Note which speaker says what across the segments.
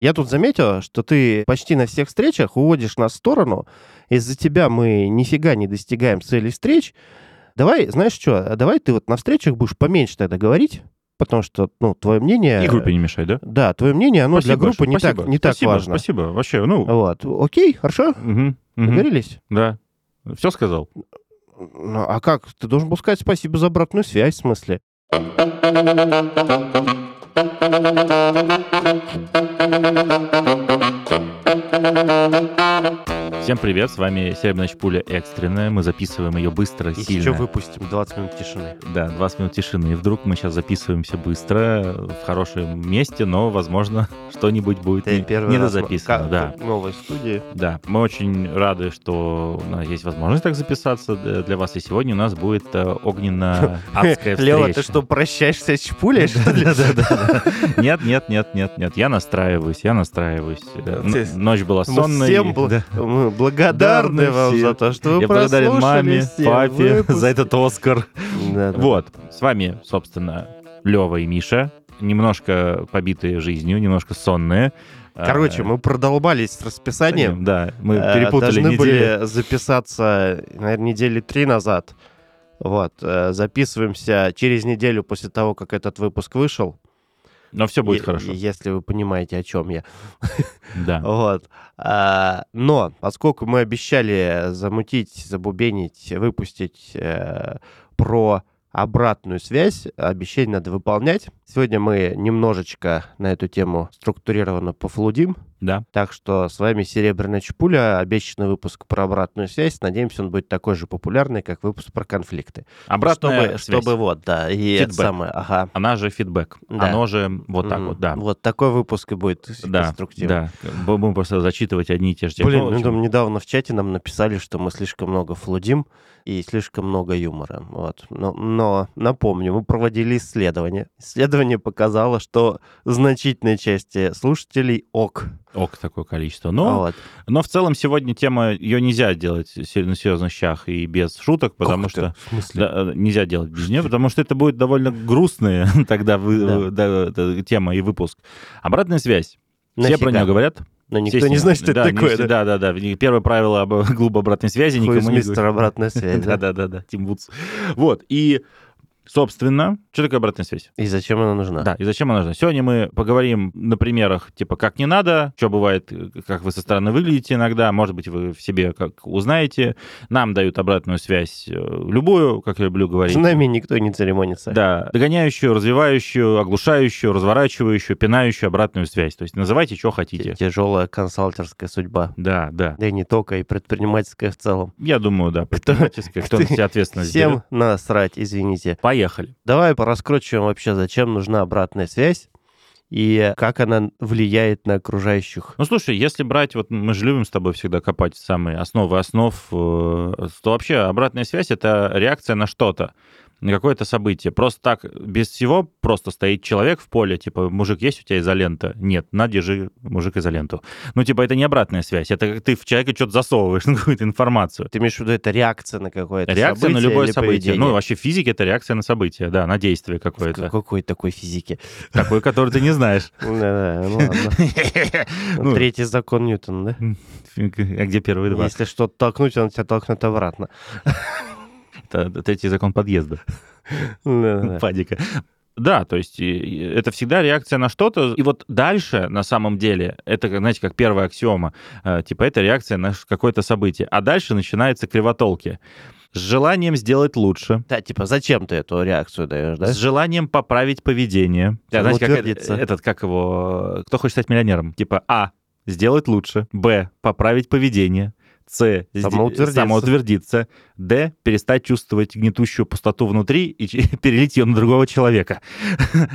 Speaker 1: Я тут заметил, что ты почти на всех встречах уводишь нас в сторону. Из-за тебя мы нифига не достигаем цели встреч. Давай, знаешь что, а давай ты вот на встречах будешь поменьше тогда говорить, потому что, ну, твое мнение...
Speaker 2: И группе не мешай, да?
Speaker 1: Да, твое мнение, оно
Speaker 2: Спасибо
Speaker 1: ну, для группы
Speaker 2: большое,
Speaker 1: не,
Speaker 2: спасибо,
Speaker 1: так, не так
Speaker 2: спасибо,
Speaker 1: важно.
Speaker 2: Спасибо, вообще, ну,
Speaker 1: Вот. Окей, хорошо?
Speaker 2: мгм, мгм,
Speaker 1: Договорились?
Speaker 2: да. Все сказал?
Speaker 1: Ну, а как? Ты должен был сказать спасибо за обратную связь, в смысле.
Speaker 2: Всем привет, с вами Серебряная Пуля экстренная. Мы записываем ее быстро, сильно.
Speaker 1: выпустим 20 минут тишины.
Speaker 2: Да, 20 минут тишины. И вдруг мы сейчас записываемся быстро, в хорошем месте, но, возможно, что-нибудь будет не, недозаписано. да.
Speaker 1: новой студии.
Speaker 2: Да, мы очень рады, что у нас есть возможность так записаться д- для вас. И сегодня у нас будет э, огненно-адская встреча.
Speaker 1: Лева, ты что, прощаешься с чпулей, что ли?
Speaker 2: Да-да-да. Нет, нет, нет, нет, нет. Я настраиваюсь, я настраиваюсь. Э, н-
Speaker 1: Здесь
Speaker 2: Ночь была
Speaker 1: мы
Speaker 2: сонной.
Speaker 1: всем бл-
Speaker 2: Да.
Speaker 1: Мы благодарны
Speaker 2: Благодарны
Speaker 1: вам
Speaker 2: всем.
Speaker 1: за то, что вы
Speaker 2: Я благодарен
Speaker 1: прослушали
Speaker 2: маме,
Speaker 1: все
Speaker 2: папе
Speaker 1: выпуски.
Speaker 2: за этот Оскар.
Speaker 1: Да, да.
Speaker 2: Вот, с вами, собственно, Лева и Миша. Немножко побитые жизнью, немножко сонные.
Speaker 1: А, Короче,
Speaker 2: Э,
Speaker 1: мы продолбались с расписанием.
Speaker 2: Да, мы
Speaker 1: Э,
Speaker 2: перепутали
Speaker 1: Должны
Speaker 2: недели.
Speaker 1: были записаться, наверное, недели три назад. Вот, э, записываемся через неделю после того, как этот выпуск вышел.
Speaker 2: Но все будет
Speaker 1: Е-
Speaker 2: хорошо.
Speaker 1: Если вы понимаете, о чем я.
Speaker 2: Да.
Speaker 1: Вот. А, но, поскольку мы обещали замутить, забубенить, выпустить э, про обратную связь, обещание надо выполнять. Сегодня мы немножечко на эту тему структурированно пофлудим.
Speaker 2: Да.
Speaker 1: Так что с вами Серебряная Чпуля, обещанный выпуск про обратную связь. Надеемся, он будет такой же популярный, как выпуск про конфликты.
Speaker 2: Обратная
Speaker 1: чтобы,
Speaker 2: связь.
Speaker 1: чтобы вот, да, и это
Speaker 2: Фидбэк.
Speaker 1: самое, ага.
Speaker 2: Она же фидбэк.
Speaker 1: Да.
Speaker 2: Оно же вот так
Speaker 1: М,
Speaker 2: вот, да.
Speaker 1: Вот такой выпуск и будет
Speaker 2: Да,
Speaker 1: конструктивный.
Speaker 2: да. Будем просто зачитывать одни и те же темы.
Speaker 1: Блин,
Speaker 2: Ну, в
Speaker 1: ну
Speaker 2: общем,
Speaker 1: там недавно в чате нам написали, что мы слишком много флудим и слишком много юмора. Вот. Но, но напомню, мы проводили исследование. Исследование показало, что значительной части слушателей ок.
Speaker 2: Ок, такое количество. Но,
Speaker 1: А Вот.
Speaker 2: но в целом сегодня тема, ее нельзя делать се- на серьезных щах и без шуток, потому
Speaker 1: Как это?
Speaker 2: что...
Speaker 1: В смысле?
Speaker 2: Да, э, нельзя делать без нее, потому что это будет довольно грустная тогда вы- э, да, да, тема и выпуск. Обратная связь. Все
Speaker 1: Нафига?
Speaker 2: про нее говорят.
Speaker 1: Но
Speaker 2: все
Speaker 1: никто
Speaker 2: с
Speaker 1: не
Speaker 2: ней-
Speaker 1: знает, что
Speaker 2: да,
Speaker 1: это такое.
Speaker 2: не-
Speaker 1: да?
Speaker 2: Да, да, да. И Первое правило об клуба обратной связи
Speaker 1: Хуй из
Speaker 2: никому не говори.
Speaker 1: мистер обратная связь. да?
Speaker 2: Да-да-да, Тим Вудс. Вот, и, собственно, что такое обратная связь?
Speaker 1: И зачем она нужна?
Speaker 2: Да, и зачем она нужна? Сегодня мы поговорим на примерах, типа, как не надо, что бывает, э, как вы со стороны выглядите иногда, может быть, вы в себе как узнаете. Нам дают обратную связь э, любую, как я люблю говорить.
Speaker 1: С нами никто не церемонится.
Speaker 2: Да, догоняющую, развивающую, оглушающую, разворачивающую, пинающую обратную связь. То есть называйте, что
Speaker 1: Т-
Speaker 2: хотите.
Speaker 1: Тяжелая консалтерская судьба.
Speaker 2: Да, да.
Speaker 1: Да и не только, и предпринимательская в целом.
Speaker 2: Я думаю, да,
Speaker 1: Кто-
Speaker 2: предпринимательская, кто на
Speaker 1: кто-
Speaker 2: себя ответственность берет.
Speaker 1: Всем насрать, извините.
Speaker 2: Поехали.
Speaker 1: Давай пораскручиваем вообще, зачем нужна обратная связь и как она влияет на окружающих.
Speaker 2: Ну, слушай, если брать, вот мы же любим с тобой всегда копать самые основы основ, э, то вообще обратная связь — это реакция на что-то, на какое-то событие. Просто так, без всего, просто стоит человек в поле, типа, мужик, есть у тебя изолента? Нет, на, держи, мужик, изоленту. Ну, типа, это не обратная связь, это как ты в человека что-то засовываешь, ну, какую-то информацию.
Speaker 1: Ты имеешь в виду, это реакция на какое-то
Speaker 2: Реакция
Speaker 1: событие
Speaker 2: на любое
Speaker 1: или
Speaker 2: событие.
Speaker 1: поведение?
Speaker 2: Ну, вообще в физике это реакция на событие, да, на действие
Speaker 1: В
Speaker 2: какое-то.
Speaker 1: какой такой физики?
Speaker 2: Такое, которое ты не знаешь.
Speaker 1: Да-да, ну ладно.
Speaker 2: Ну,
Speaker 1: Третий закон Ньютона,
Speaker 2: А где первые
Speaker 1: да?
Speaker 2: два?
Speaker 1: Если что-то толкнуть, он тебя толкнет обратно.
Speaker 2: Это третий закон подъезда.
Speaker 1: Да-да-да.
Speaker 2: Падика. Да, то есть и- и это всегда реакция на что-то. И вот дальше, на самом деле, это, как, знаете, как первая аксиома. э, Типа, это реакция на ш- какое-то событие. А дальше начинаются кривотолки. С желанием сделать лучше.
Speaker 1: Да, типа, зачем ты эту реакцию даешь, да?
Speaker 2: С желанием поправить поведение. Да, знаете, как
Speaker 1: Самоутвердиться.
Speaker 2: э- этот, как его... э, Кто хочет стать миллионером? Типа, А. Сделать лучше. Б. Поправить поведение. С. сде-
Speaker 1: Самоутвердиться.
Speaker 2: Самоутвердиться. Д. Перестать чувствовать гнетущую пустоту внутри и ч- перелить ее на другого человека.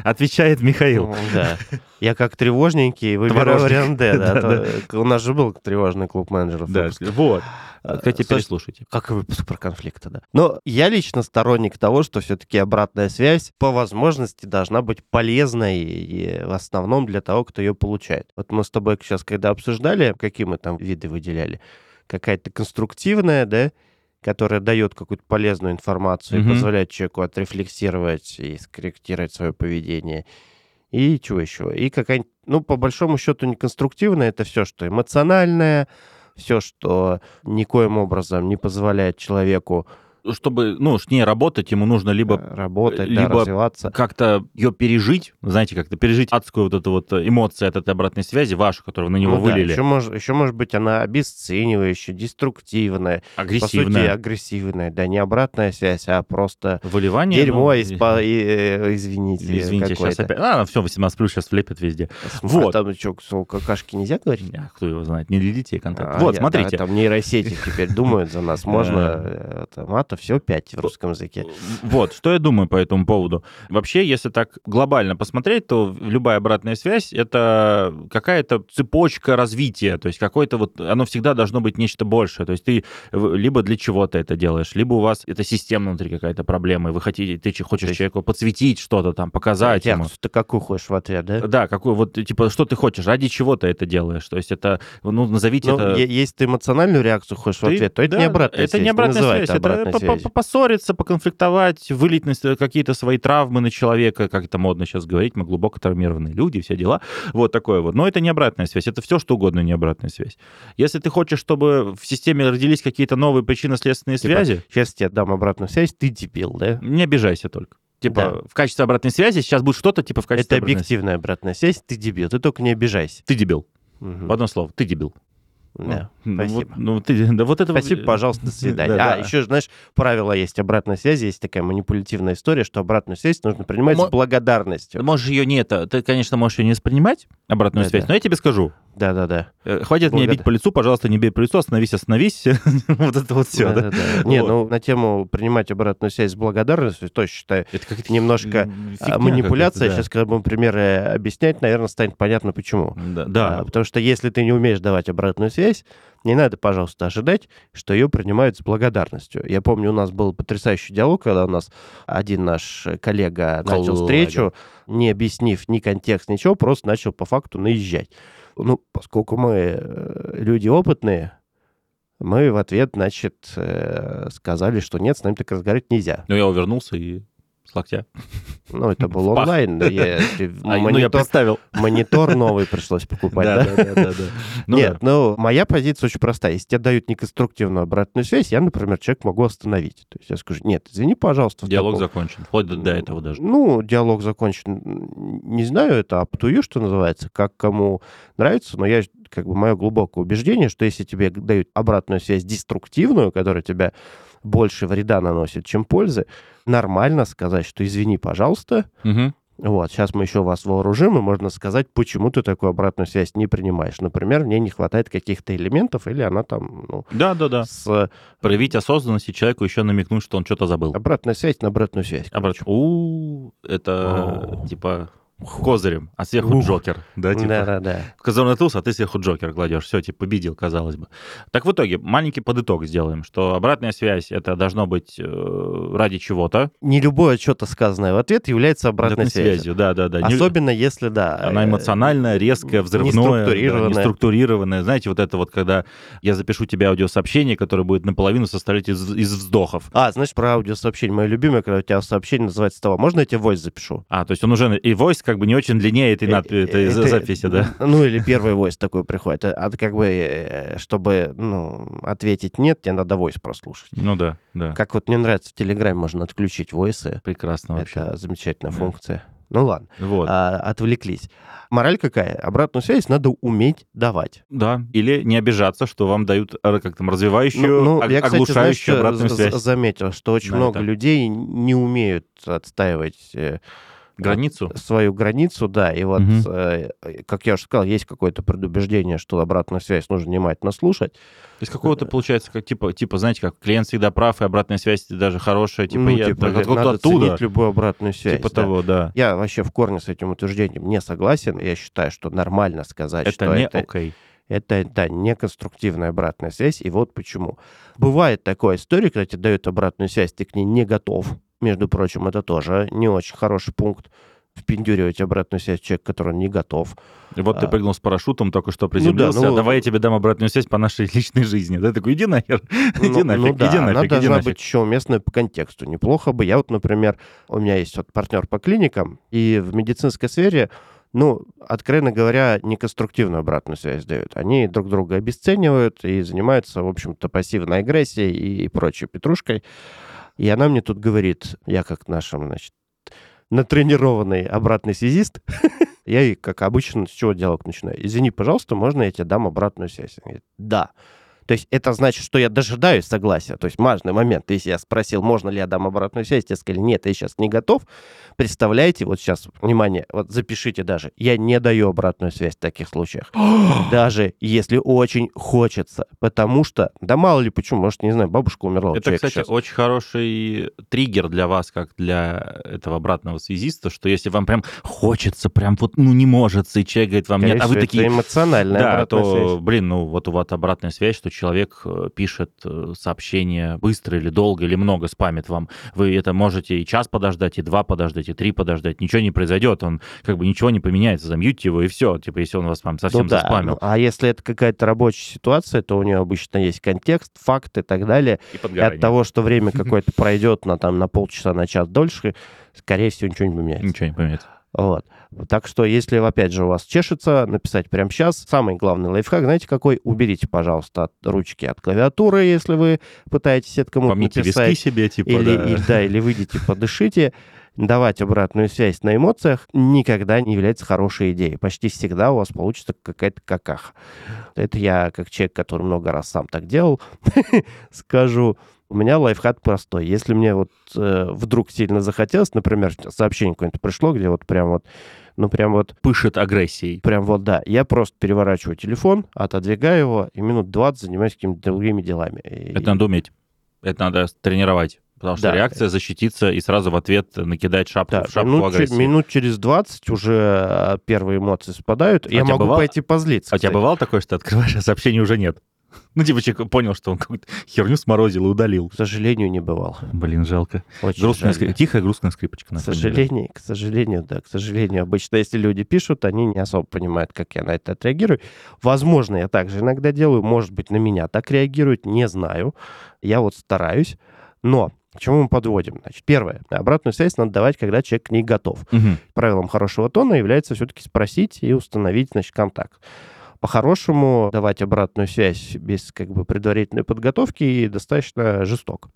Speaker 2: Отвечает Михаил.
Speaker 1: Да. Я как тревожненький выбираю
Speaker 2: Творожник.
Speaker 1: вариант Д. да,
Speaker 2: Да-да.
Speaker 1: то- У нас же был тревожный клуб менеджеров.
Speaker 2: Да, А
Speaker 1: выпуск.
Speaker 2: вот. Кстати,
Speaker 1: Э, слушай,
Speaker 2: переслушайте.
Speaker 1: Как и выпуск про конфликты, да. Но я лично сторонник того, что все-таки обратная связь по возможности должна быть полезной и в основном для того, кто ее получает. Вот мы с тобой сейчас, когда обсуждали, какие мы там виды выделяли, какая-то конструктивная, да, которая дает какую-то полезную информацию и
Speaker 2: Мгм.
Speaker 1: позволяет человеку отрефлексировать и скорректировать свое поведение. и чего еще? И какая-нибудь, ну, по большому счету, неконструктивная, это все, что эмоциональное, все, что никоим образом не позволяет человеку
Speaker 2: Чтобы, ну, с ней работать, ему нужно
Speaker 1: э,
Speaker 2: либо
Speaker 1: работать, да,
Speaker 2: либо
Speaker 1: развиваться.
Speaker 2: как-то ее пережить, знаете, как-то пережить адскую вот эту вот эмоцию от этой обратной связи вашу, которую на
Speaker 1: Ну
Speaker 2: него вылили,
Speaker 1: еще, может, еще может быть она обесценивающая, деструктивная, по сути
Speaker 2: агрессивная.
Speaker 1: агрессивная, да не обратная связь, а просто
Speaker 2: Выливание.
Speaker 1: дерьмо
Speaker 2: ну,
Speaker 1: из,
Speaker 2: и-
Speaker 1: по- и, э, извините,
Speaker 2: Извините, сейчас
Speaker 1: какое-то.
Speaker 2: опять... А, все, 18 плюс сейчас влепят везде.
Speaker 1: См-
Speaker 2: Вот.
Speaker 1: А там что, какашки нельзя говорить?
Speaker 2: А кто его знает, не для детей контакт.
Speaker 1: А,
Speaker 2: вот,
Speaker 1: я-
Speaker 2: смотрите.
Speaker 1: да, там нейросети теперь думают за нас. Можно
Speaker 2: Э.
Speaker 1: э, это мата, все пять в русском языке.
Speaker 2: Вот, что я думаю по этому поводу. Вообще, если так глобально посмотреть, то любая обратная связь — это какая-то цепочка развития, то есть какое-то вот... Оно всегда должно быть нечто большее. То есть ты в- либо для чего-то это делаешь, либо у вас это система внутри какая-то проблема, и вы хотите, ты че- хочешь
Speaker 1: То есть-
Speaker 2: человеку подсветить что-то там, показать ему.
Speaker 1: Реакцию ты какую хочешь в ответ, да?
Speaker 2: Да, какую вот, типа, что ты хочешь, ради чего ты это делаешь. То есть это, ну, назовите
Speaker 1: Ну,
Speaker 2: это...
Speaker 1: е- если ты эмоциональную реакцию хочешь в
Speaker 2: Ты-
Speaker 1: ответ, то это
Speaker 2: да,
Speaker 1: не обратная
Speaker 2: это
Speaker 1: связь.
Speaker 2: не обратная
Speaker 1: называй
Speaker 2: связь, это
Speaker 1: обратной
Speaker 2: по- по-
Speaker 1: связью.
Speaker 2: по- поссориться, поконфликтовать, вылить на с- какие-то свои травмы на человека, как это модно сейчас говорить, мы глубоко травмированные люди, все дела, вот такое вот. Но это не обратная связь, это все что угодно не обратная связь. Если ты хочешь, чтобы в системе родились какие-то новые причинно-следственные
Speaker 1: Типа,
Speaker 2: связи,
Speaker 1: Сейчас тебе дам обратную связь, ты дебил, да?
Speaker 2: не обижайся только. Типа
Speaker 1: Да.
Speaker 2: в качестве обратной связи сейчас будет что-то типа в
Speaker 1: Это
Speaker 2: качестве обратной связи.
Speaker 1: объективная обратная связь, ты дебил, ты только не обижайся.
Speaker 2: Ты дебил.
Speaker 1: Мгм.
Speaker 2: В одно слово, ты дебил.
Speaker 1: Да.
Speaker 2: Ну, ну,
Speaker 1: спасибо.
Speaker 2: вот- ну, ты- да вот это вот-
Speaker 1: Спасибо, пожалуйста, до свидания.
Speaker 2: Да,
Speaker 1: а,
Speaker 2: да.
Speaker 1: еще, знаешь, правило есть обратной связи, есть такая манипулятивная история, что обратную связь нужно принимать
Speaker 2: Мо-
Speaker 1: с благодарностью.
Speaker 2: Можешь ее не это, ты, конечно, можешь ее не воспринимать, обратную
Speaker 1: Да,
Speaker 2: связь,
Speaker 1: да.
Speaker 2: но я тебе скажу,
Speaker 1: Да-да-да.
Speaker 2: Э, Хватит меня
Speaker 1: Благодар-
Speaker 2: бить по лицу, пожалуйста, не бей по лицу, остановись, остановись. Вот это вот все, да?
Speaker 1: Да-да-да. Не,
Speaker 2: Вот.
Speaker 1: ну на тему принимать обратную связь с благодарностью, то считаю,
Speaker 2: Это как-то
Speaker 1: немножко
Speaker 2: м,
Speaker 1: а,
Speaker 2: фигня
Speaker 1: манипуляция.
Speaker 2: какая-то,
Speaker 1: Сейчас, когда будем примеры э, объяснять, наверное, станет понятно, почему.
Speaker 2: да. Да,
Speaker 1: А,
Speaker 2: Да,
Speaker 1: потому что если ты не умеешь давать обратную связь, не надо, пожалуйста, ожидать, что ее принимают с благодарностью. Я помню, у нас был потрясающий диалог, когда у нас один наш коллега
Speaker 2: Коллега.
Speaker 1: начал встречу, не объяснив ни контекст, ничего, просто начал по факту наезжать. Ну, поскольку мы э, люди опытные, мы в ответ, значит, э, сказали, что нет, с нами так разговаривать нельзя.
Speaker 2: но Ну, я увернулся и с локтя.
Speaker 1: Ну, это был
Speaker 2: В пах.
Speaker 1: онлайн, да, я-
Speaker 2: А, ну, я
Speaker 1: монитор-
Speaker 2: представил.
Speaker 1: монитор новый пришлось покупать, да?
Speaker 2: да. Ну,
Speaker 1: Нет,
Speaker 2: да.
Speaker 1: ну, моя позиция очень простая. Если тебе дают неконструктивную обратную связь, я, например, человек могу остановить. То есть я скажу, нет, извини, пожалуйста. в
Speaker 2: Диалог
Speaker 1: таком-
Speaker 2: закончен. Вплоть до- до этого даже.
Speaker 1: Ну, диалог закончен. Не знаю, это up to you, что называется, как кому нравится, но я, как бы, мое глубокое убеждение, что если тебе дают обратную связь деструктивную, которая тебя больше вреда наносит, чем пользы, нормально сказать, что извини, пожалуйста,
Speaker 2: Мгм.
Speaker 1: вот, сейчас мы еще вас вооружим, и можно сказать, почему ты такую обратную связь не принимаешь. Например, мне не хватает каких-то элементов, или она там, ну,
Speaker 2: Да, да, да.
Speaker 1: с э,
Speaker 2: Проявить осознанность и человеку еще намекнуть, что он что-то забыл.
Speaker 1: обратная связь на обратную связь.
Speaker 2: Обратно. У, это
Speaker 1: О.
Speaker 2: типа козырем, а сверху
Speaker 1: Ух.
Speaker 2: Джокер. Да, типа.
Speaker 1: Да-да-да.
Speaker 2: Казанатус, а ты сверху Джокер кладешь. Все, типа, победил, казалось бы. Так в итоге, маленький подыток сделаем, что обратная связь — это должно быть э, ради чего-то.
Speaker 1: Не любое что-то сказанное в ответ является обратной связью.
Speaker 2: Да-да-да. Не-
Speaker 1: Особенно если, да.
Speaker 2: Она
Speaker 1: э,
Speaker 2: эмоциональная, резкая, взрывная,
Speaker 1: неструктурированная.
Speaker 2: да, неструктурированная. Знаете, вот это вот, когда я запишу тебе аудиосообщение, которое будет наполовину составлять из, из вздохов.
Speaker 1: А, знаешь, про аудиосообщение. Мое любимое, когда у тебя сообщение называется того, можно я тебе войс запишу?
Speaker 2: А, то есть он уже и voice как бы не очень длиннее этой, над-
Speaker 1: Э,
Speaker 2: этой
Speaker 1: э,
Speaker 2: за-
Speaker 1: это-
Speaker 2: записи, да?
Speaker 1: Ну, или первый войс такой приходит. А ты как бы, э, чтобы, ну, ответить нет, тебе надо войс прослушать.
Speaker 2: Ну да, да.
Speaker 1: Как вот мне нравится, в Телеграме можно отключить войсы.
Speaker 2: Прекрасно Ну, вообще.
Speaker 1: Это замечательная
Speaker 2: Да.
Speaker 1: функция. Ну ладно,
Speaker 2: Вот.
Speaker 1: Э, а, отвлеклись. Мораль какая? Обратную связь надо уметь давать.
Speaker 2: Да. Или не обижаться, что вам дают э, как там развивающую, ог-
Speaker 1: Ну, я, кстати, знаешь,
Speaker 2: оглушающую
Speaker 1: что
Speaker 2: обратную
Speaker 1: з-
Speaker 2: связь.
Speaker 1: заметил, что очень
Speaker 2: Да,
Speaker 1: много
Speaker 2: это-
Speaker 1: людей не умеют отстаивать э,
Speaker 2: Границу.
Speaker 1: свою границу, да. И вот,
Speaker 2: Мгм.
Speaker 1: э, как я уже сказал, есть какое-то предубеждение, что обратную связь нужно внимательно слушать.
Speaker 2: То есть
Speaker 1: э,
Speaker 2: какого-то получается, как типа, типа, знаете, как клиент всегда прав, и обратная связь даже хорошая, типа,
Speaker 1: Ну,
Speaker 2: я
Speaker 1: типа,
Speaker 2: так
Speaker 1: говорит,
Speaker 2: откуда-то
Speaker 1: надо
Speaker 2: оттуда,
Speaker 1: ценить любую обратную связь.
Speaker 2: типа
Speaker 1: да.
Speaker 2: того, да.
Speaker 1: Я вообще в корне с этим утверждением не согласен. Я считаю, что нормально сказать,
Speaker 2: Это
Speaker 1: что
Speaker 2: не
Speaker 1: это
Speaker 2: окей.
Speaker 1: Это, да, неконструктивная обратная связь, и вот почему. Бывает такая история, когда тебе дают обратную связь, ты к ней не готов. Между прочим, это тоже не очень хороший пункт впендюривать обратную связь человека, который не готов.
Speaker 2: И Вот ты
Speaker 1: А.
Speaker 2: прыгнул с парашютом, только что приземлился,
Speaker 1: ну,
Speaker 2: а давай я тебе дам обратную связь по нашей личной жизни. Да, такой, иди нахер, иди
Speaker 1: Ну, ну
Speaker 2: нафиг,
Speaker 1: да,
Speaker 2: иди
Speaker 1: она
Speaker 2: нафиг, иди
Speaker 1: должна
Speaker 2: нафиг.
Speaker 1: быть еще уместная по контексту. Неплохо бы. Я вот, например, у меня есть вот партнер по клиникам, и в медицинской сфере ну, откровенно говоря, неконструктивную обратную связь дают. Они друг друга обесценивают и занимаются, в общем-то, пассивной агрессией и прочей петрушкой. И она мне тут говорит, я как нашим, значит, натренированный обратный связист, я ей, как обычно, с чего диалог начинаю? Извини, пожалуйста, можно я тебе дам обратную связь? Она говорит, да. То есть это значит, что я дожидаюсь согласия. То есть важный момент. Если я спросил, можно ли я дам обратную связь, тебе сказали, нет, я сейчас не готов. Представляете, вот сейчас, внимание, вот запишите даже, я не даю обратную связь в таких случаях. даже если очень хочется. Потому что, да мало ли почему, может, не знаю, бабушка умерла. у
Speaker 2: Это,
Speaker 1: человека
Speaker 2: кстати,
Speaker 1: сейчас.
Speaker 2: очень хороший триггер для вас, как для этого обратного связиста, что если вам прям хочется, прям вот, ну, не может, и человек говорит вам
Speaker 1: Скорее
Speaker 2: нет, а вы
Speaker 1: всего,
Speaker 2: такие...
Speaker 1: Это эмоциональная
Speaker 2: Да,
Speaker 1: обратная
Speaker 2: то,
Speaker 1: связь.
Speaker 2: блин, ну вот у вас обратная связь, что человек э, пишет э, сообщение быстро или долго, или много спамит вам. Вы это можете и час подождать, и два подождать, и три подождать. Ничего не произойдет, он как бы ничего не поменяется, замьють его, и все. Типа, если он вас прям совсем
Speaker 1: Ну да,
Speaker 2: заспамил.
Speaker 1: ну, а если это какая-то рабочая ситуация, то у нее обычно есть контекст, факт и так далее. И
Speaker 2: И
Speaker 1: от
Speaker 2: подгорание.
Speaker 1: того, что время какое-то пройдет на, там, на полчаса, на час дольше, скорее всего, ничего не поменяется.
Speaker 2: Ничего не поменяется.
Speaker 1: Вот. Так что, если, опять же, у вас чешется, написать прямо сейчас. Самый главный лайфхак, знаете какой? Уберите, пожалуйста, от ручки от клавиатуры, если вы пытаетесь это кому-то
Speaker 2: Помните виски
Speaker 1: написать.
Speaker 2: себе, типа,
Speaker 1: или,
Speaker 2: да.
Speaker 1: или, да, или выйдите, подышите. Давать обратную связь на эмоциях никогда не является хорошей идеей. Почти всегда у вас получится какая-то какаха. Это я, как человек, который много раз сам так делал, скажу. У меня лайфхак простой. Если мне вот э, вдруг сильно захотелось, например, сообщение какое-нибудь пришло, где вот прям вот, ну прям вот
Speaker 2: Пышет агрессией.
Speaker 1: Прям вот, да. Я просто переворачиваю телефон, отодвигаю его, и минут 20 занимаюсь какими-то другими делами. И-
Speaker 2: Это надо уметь. Это надо тренировать. Потому что
Speaker 1: Да.
Speaker 2: реакция защититься и сразу в ответ накидать шапку
Speaker 1: Да, ну,
Speaker 2: в шапку
Speaker 1: минут, че-
Speaker 2: агрессии.
Speaker 1: минут через 20 уже э, первые эмоции спадают. я
Speaker 2: тебя
Speaker 1: могу
Speaker 2: бывало-
Speaker 1: пойти позлиться.
Speaker 2: А у тебя
Speaker 1: кстати.
Speaker 2: бывало такое, что ты открываешь, а сообщений уже нет? Ну, типа, человек понял, что он какую-то херню сморозил и удалил.
Speaker 1: К сожалению, не бывало.
Speaker 2: Блин, жалко.
Speaker 1: Очень
Speaker 2: Грустная
Speaker 1: жаль,
Speaker 2: скри-
Speaker 1: да.
Speaker 2: Тихая грустная скрипочка,
Speaker 1: К
Speaker 2: на самом деле.
Speaker 1: сожалению, к сожалению, да, к сожалению, обычно, если люди пишут, они не особо понимают, как я на это отреагирую. Возможно, я также иногда делаю, может быть, на меня так реагируют, не знаю. Я вот стараюсь, но к чему мы подводим? Значит, первое, обратную связь надо давать, когда человек к ней готов.
Speaker 2: Мгм.
Speaker 1: правилом хорошего тона является все-таки спросить и установить, значит, контакт. По-хорошему давать обратную связь без как бы предварительной подготовки и достаточно жесток.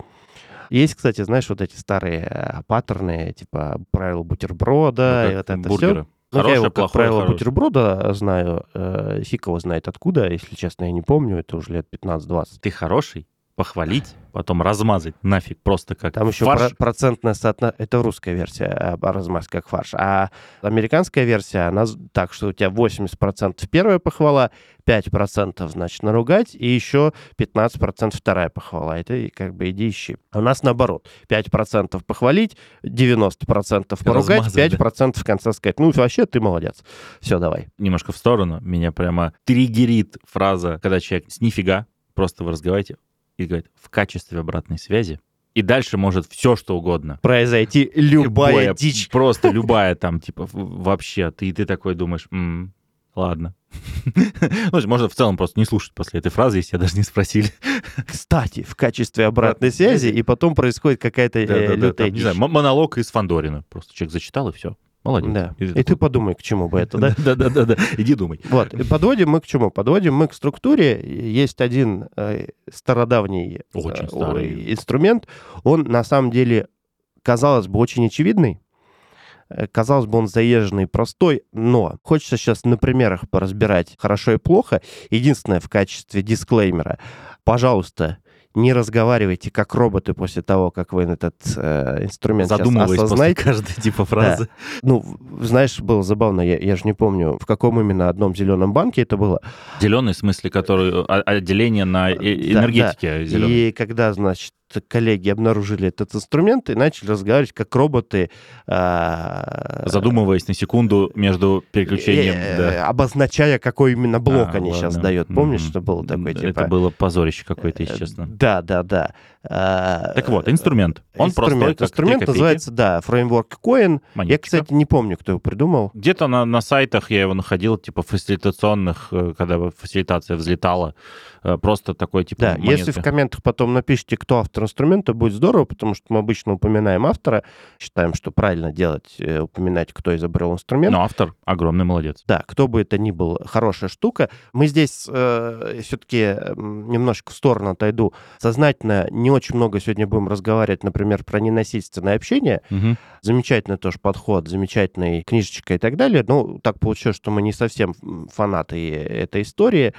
Speaker 1: Есть, кстати, знаешь, вот эти старые э, паттерны, типа правила бутерброда,
Speaker 2: Ну,
Speaker 1: и вот это
Speaker 2: как
Speaker 1: все.
Speaker 2: бургеры.
Speaker 1: Ну, я
Speaker 2: Хорошее,
Speaker 1: его, как
Speaker 2: плохое,
Speaker 1: правило,
Speaker 2: хорошее.
Speaker 1: бутерброда знаю. э, Фиг его знает откуда, если честно, я не помню. Это уже лет 15-20.
Speaker 2: Ты хороший, похвалить, потом размазать нафиг просто как
Speaker 1: Там еще
Speaker 2: фарш.
Speaker 1: про- процентное соотношение... Это русская версия, а, размаз как фарш. А американская версия, она з- так, что у тебя 80% первая похвала, 5% значит наругать, и еще 15% вторая похвала. Это и как бы иди ищи. А у нас наоборот. 5% похвалить, 90% поругать,
Speaker 2: Размазать,
Speaker 1: 5% в конце сказать, ну вообще ты молодец. Все, давай.
Speaker 2: Немножко в сторону. Меня прямо триггерит фраза, когда человек с нифига, просто вы разговариваете, и говорит, в качестве обратной связи. И дальше может все, что угодно.
Speaker 1: Произойти любая
Speaker 2: Любое,
Speaker 1: дичь.
Speaker 2: Просто любая там, типа, в- вообще. Ты, ты такой думаешь, «М, ладно. Ну, можно в целом просто не слушать после этой фразы, если тебя даже не спросили.
Speaker 1: Кстати, в качестве обратной связи, и потом происходит какая-то э,
Speaker 2: Да-да-да,
Speaker 1: лютая
Speaker 2: там, Не
Speaker 1: дичь.
Speaker 2: знаю, мо- монолог из Фандорина. Просто человек зачитал, и все. Молодец.
Speaker 1: Да.
Speaker 2: И ты
Speaker 1: И ты
Speaker 2: такой,
Speaker 1: подумай, к чему бы это, да?
Speaker 2: Да-да-да, иди думай.
Speaker 1: Вот, и подводим мы к чему? Подводим мы к структуре. Есть один э, стародавний э,
Speaker 2: Очень
Speaker 1: о-
Speaker 2: старый.
Speaker 1: инструмент. Он на самом деле, казалось бы, очень очевидный. Э, Казалось бы, он заезженный и простой, но хочется сейчас на примерах поразбирать хорошо и плохо. Единственное в качестве дисклеймера, пожалуйста, не разговаривайте как роботы после того, как вы этот э, инструмент сейчас
Speaker 2: Задумываясь после
Speaker 1: осознаете.
Speaker 2: каждой типа фразы.
Speaker 1: Ну, в- знаешь, было забавно, я, я же не помню, в каком именно одном зеленом банке это было.
Speaker 2: Зеленый, в смысле, который а- отделение на э-
Speaker 1: Да,
Speaker 2: энергетике зеленой.
Speaker 1: И когда, значит, коллеги обнаружили этот инструмент и начали разговаривать как роботы... а,
Speaker 2: Задумываясь на секунду между
Speaker 1: э,
Speaker 2: переключением. да.
Speaker 1: Обозначая, какой именно блок
Speaker 2: А,
Speaker 1: они сейчас
Speaker 2: ладно.
Speaker 1: дают. Помнишь,
Speaker 2: Мгм.
Speaker 1: что было такое,
Speaker 2: Это
Speaker 1: типа...
Speaker 2: было позорище какое-то, если
Speaker 1: э,
Speaker 2: честно.
Speaker 1: Да, да, да. Э, Так
Speaker 2: Так вот, инструмент. Он
Speaker 1: инструмент,
Speaker 2: простой, как
Speaker 1: инструмент
Speaker 2: три копейки,
Speaker 1: называется, да, фреймворк Coin. Я,
Speaker 2: монеточка.
Speaker 1: кстати, не помню, кто его придумал.
Speaker 2: Где-то на, на сайтах я его находил, типа фасилитационных, э, когда фасилитация взлетала. э, Просто такой, типа,
Speaker 1: Да, если
Speaker 2: монетка.
Speaker 1: в комментах потом напишите, кто автор инструмента, будет здорово, потому что мы обычно упоминаем автора, считаем, что правильно делать, э, упоминать, кто изобрел инструмент.
Speaker 2: Но Ну, автор огромный молодец.
Speaker 1: Да, кто бы это ни был, хорошая штука. Мы здесь э, все-таки немножко в сторону отойду. Сознательно не очень много сегодня будем разговаривать, например, про ненасильственное общение.
Speaker 2: Мгм.
Speaker 1: Замечательный тоже подход, замечательная книжечка и так далее. Ну, так получилось, что мы не совсем м, фанаты этой истории.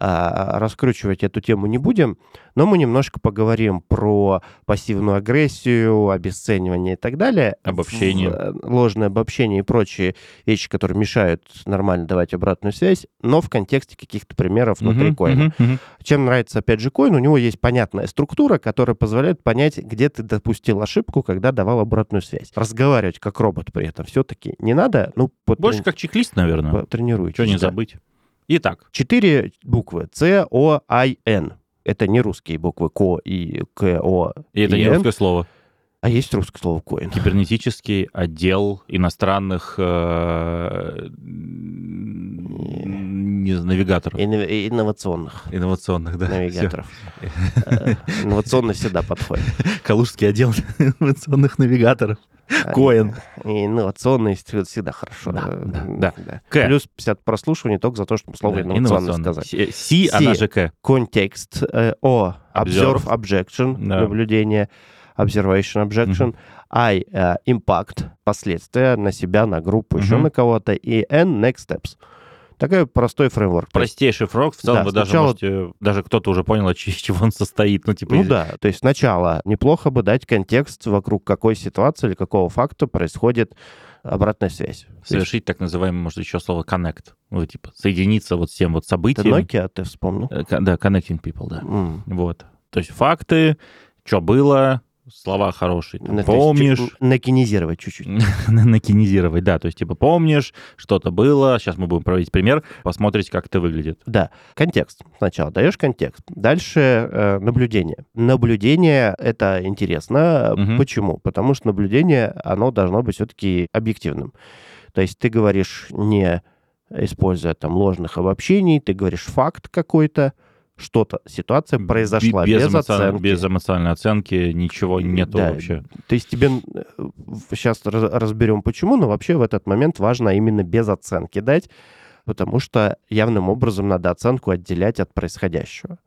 Speaker 1: А, Раскручивать эту тему не будем, но мы немножко поговорим про пассивную агрессию, обесценивание и так далее.
Speaker 2: Обобщение.
Speaker 1: В- Ложное обобщение и прочие вещи, которые мешают нормально давать обратную связь, но в контексте каких-то примеров внутри
Speaker 2: Мгм,
Speaker 1: коина.
Speaker 2: мгм, мгм.
Speaker 1: Чем нравится, опять же, коин, у него есть понятная структура, которая позволяет понять, где ты допустил ошибку, когда давал обратную связь. Разговаривать как робот при этом все-таки не надо. Ну, потрени-
Speaker 2: Больше как чек-лист, наверное.
Speaker 1: потренируйтесь, Ну
Speaker 2: Чего не
Speaker 1: да.
Speaker 2: забыть. Итак,
Speaker 1: Четыре буквы. С, О, I, Н. Это не русские буквы Ко и К, О.
Speaker 2: и это
Speaker 1: и
Speaker 2: не
Speaker 1: Н.
Speaker 2: русское слово.
Speaker 1: А есть русское слово коин.
Speaker 2: Кибернетический отдел иностранных э, м, не знаю, навигаторов.
Speaker 1: Инно- инновационных
Speaker 2: Инновационных, да.
Speaker 1: Э, навигаторов. Э, Инновационный всегда подходит.
Speaker 2: всё. Калужский отдел инновационных навигаторов.
Speaker 1: А,
Speaker 2: Коин.
Speaker 1: И инновационный институт всегда хорошо.
Speaker 2: Да,
Speaker 1: Э,
Speaker 2: да, да. К.
Speaker 1: Плюс 50 прослушиваний только за то, чтобы слово
Speaker 2: Да,
Speaker 1: инновационно
Speaker 2: инновационный.
Speaker 1: сказать.
Speaker 2: Си- Си, она же К.
Speaker 1: Контекст. э, О. Observe,
Speaker 2: Observe.
Speaker 1: objection.
Speaker 2: Да.
Speaker 1: Наблюдение. Observation, objection. I. э, Impact. Последствия на себя, на группу, еще
Speaker 2: Мгм.
Speaker 1: на кого-то. И N. Next steps. Такой простой фреймворк. То есть,
Speaker 2: Простейший фрог, в целом
Speaker 1: Да,
Speaker 2: вы даже
Speaker 1: сначала-
Speaker 2: можете, даже кто-то уже понял, из чего он состоит. Ну, типа,
Speaker 1: Ну
Speaker 2: из-
Speaker 1: да, то есть сначала неплохо бы дать контекст, вокруг какой ситуации или какого факта происходит обратная связь. То есть
Speaker 2: совершить так называемый, может, еще слово connect. Ну, типа, соединиться вот с тем вот
Speaker 1: Это
Speaker 2: событием.
Speaker 1: Nokia, ты вспомнил?
Speaker 2: Э, ко- Да, connecting people, да.
Speaker 1: М.
Speaker 2: Вот. То есть факты, что было, слова хорошие. там,
Speaker 1: Ну, то есть
Speaker 2: помнишь.
Speaker 1: чуть- Накинизировать чуть-чуть.
Speaker 2: Накинизировать, да. То есть, типа, помнишь, что-то было. Сейчас мы будем проводить пример. Посмотрите, как это выглядит.
Speaker 1: Да, контекст. Сначала даешь контекст. Дальше э, наблюдение. Наблюдение это интересно.
Speaker 2: Мгм.
Speaker 1: Почему? Потому что наблюдение, оно должно быть все-таки объективным. То есть ты говоришь не используя там ложных обобщений, ты говоришь факт какой-то, что-то, ситуация произошла
Speaker 2: Б-
Speaker 1: без,
Speaker 2: эмоци-
Speaker 1: оценки.
Speaker 2: без эмоциональной оценки ничего нету
Speaker 1: Да.
Speaker 2: вообще.
Speaker 1: То есть тебе э, сейчас разберем почему, но вообще в этот момент важно именно без оценки дать, потому что явным образом надо оценку отделять от происходящего.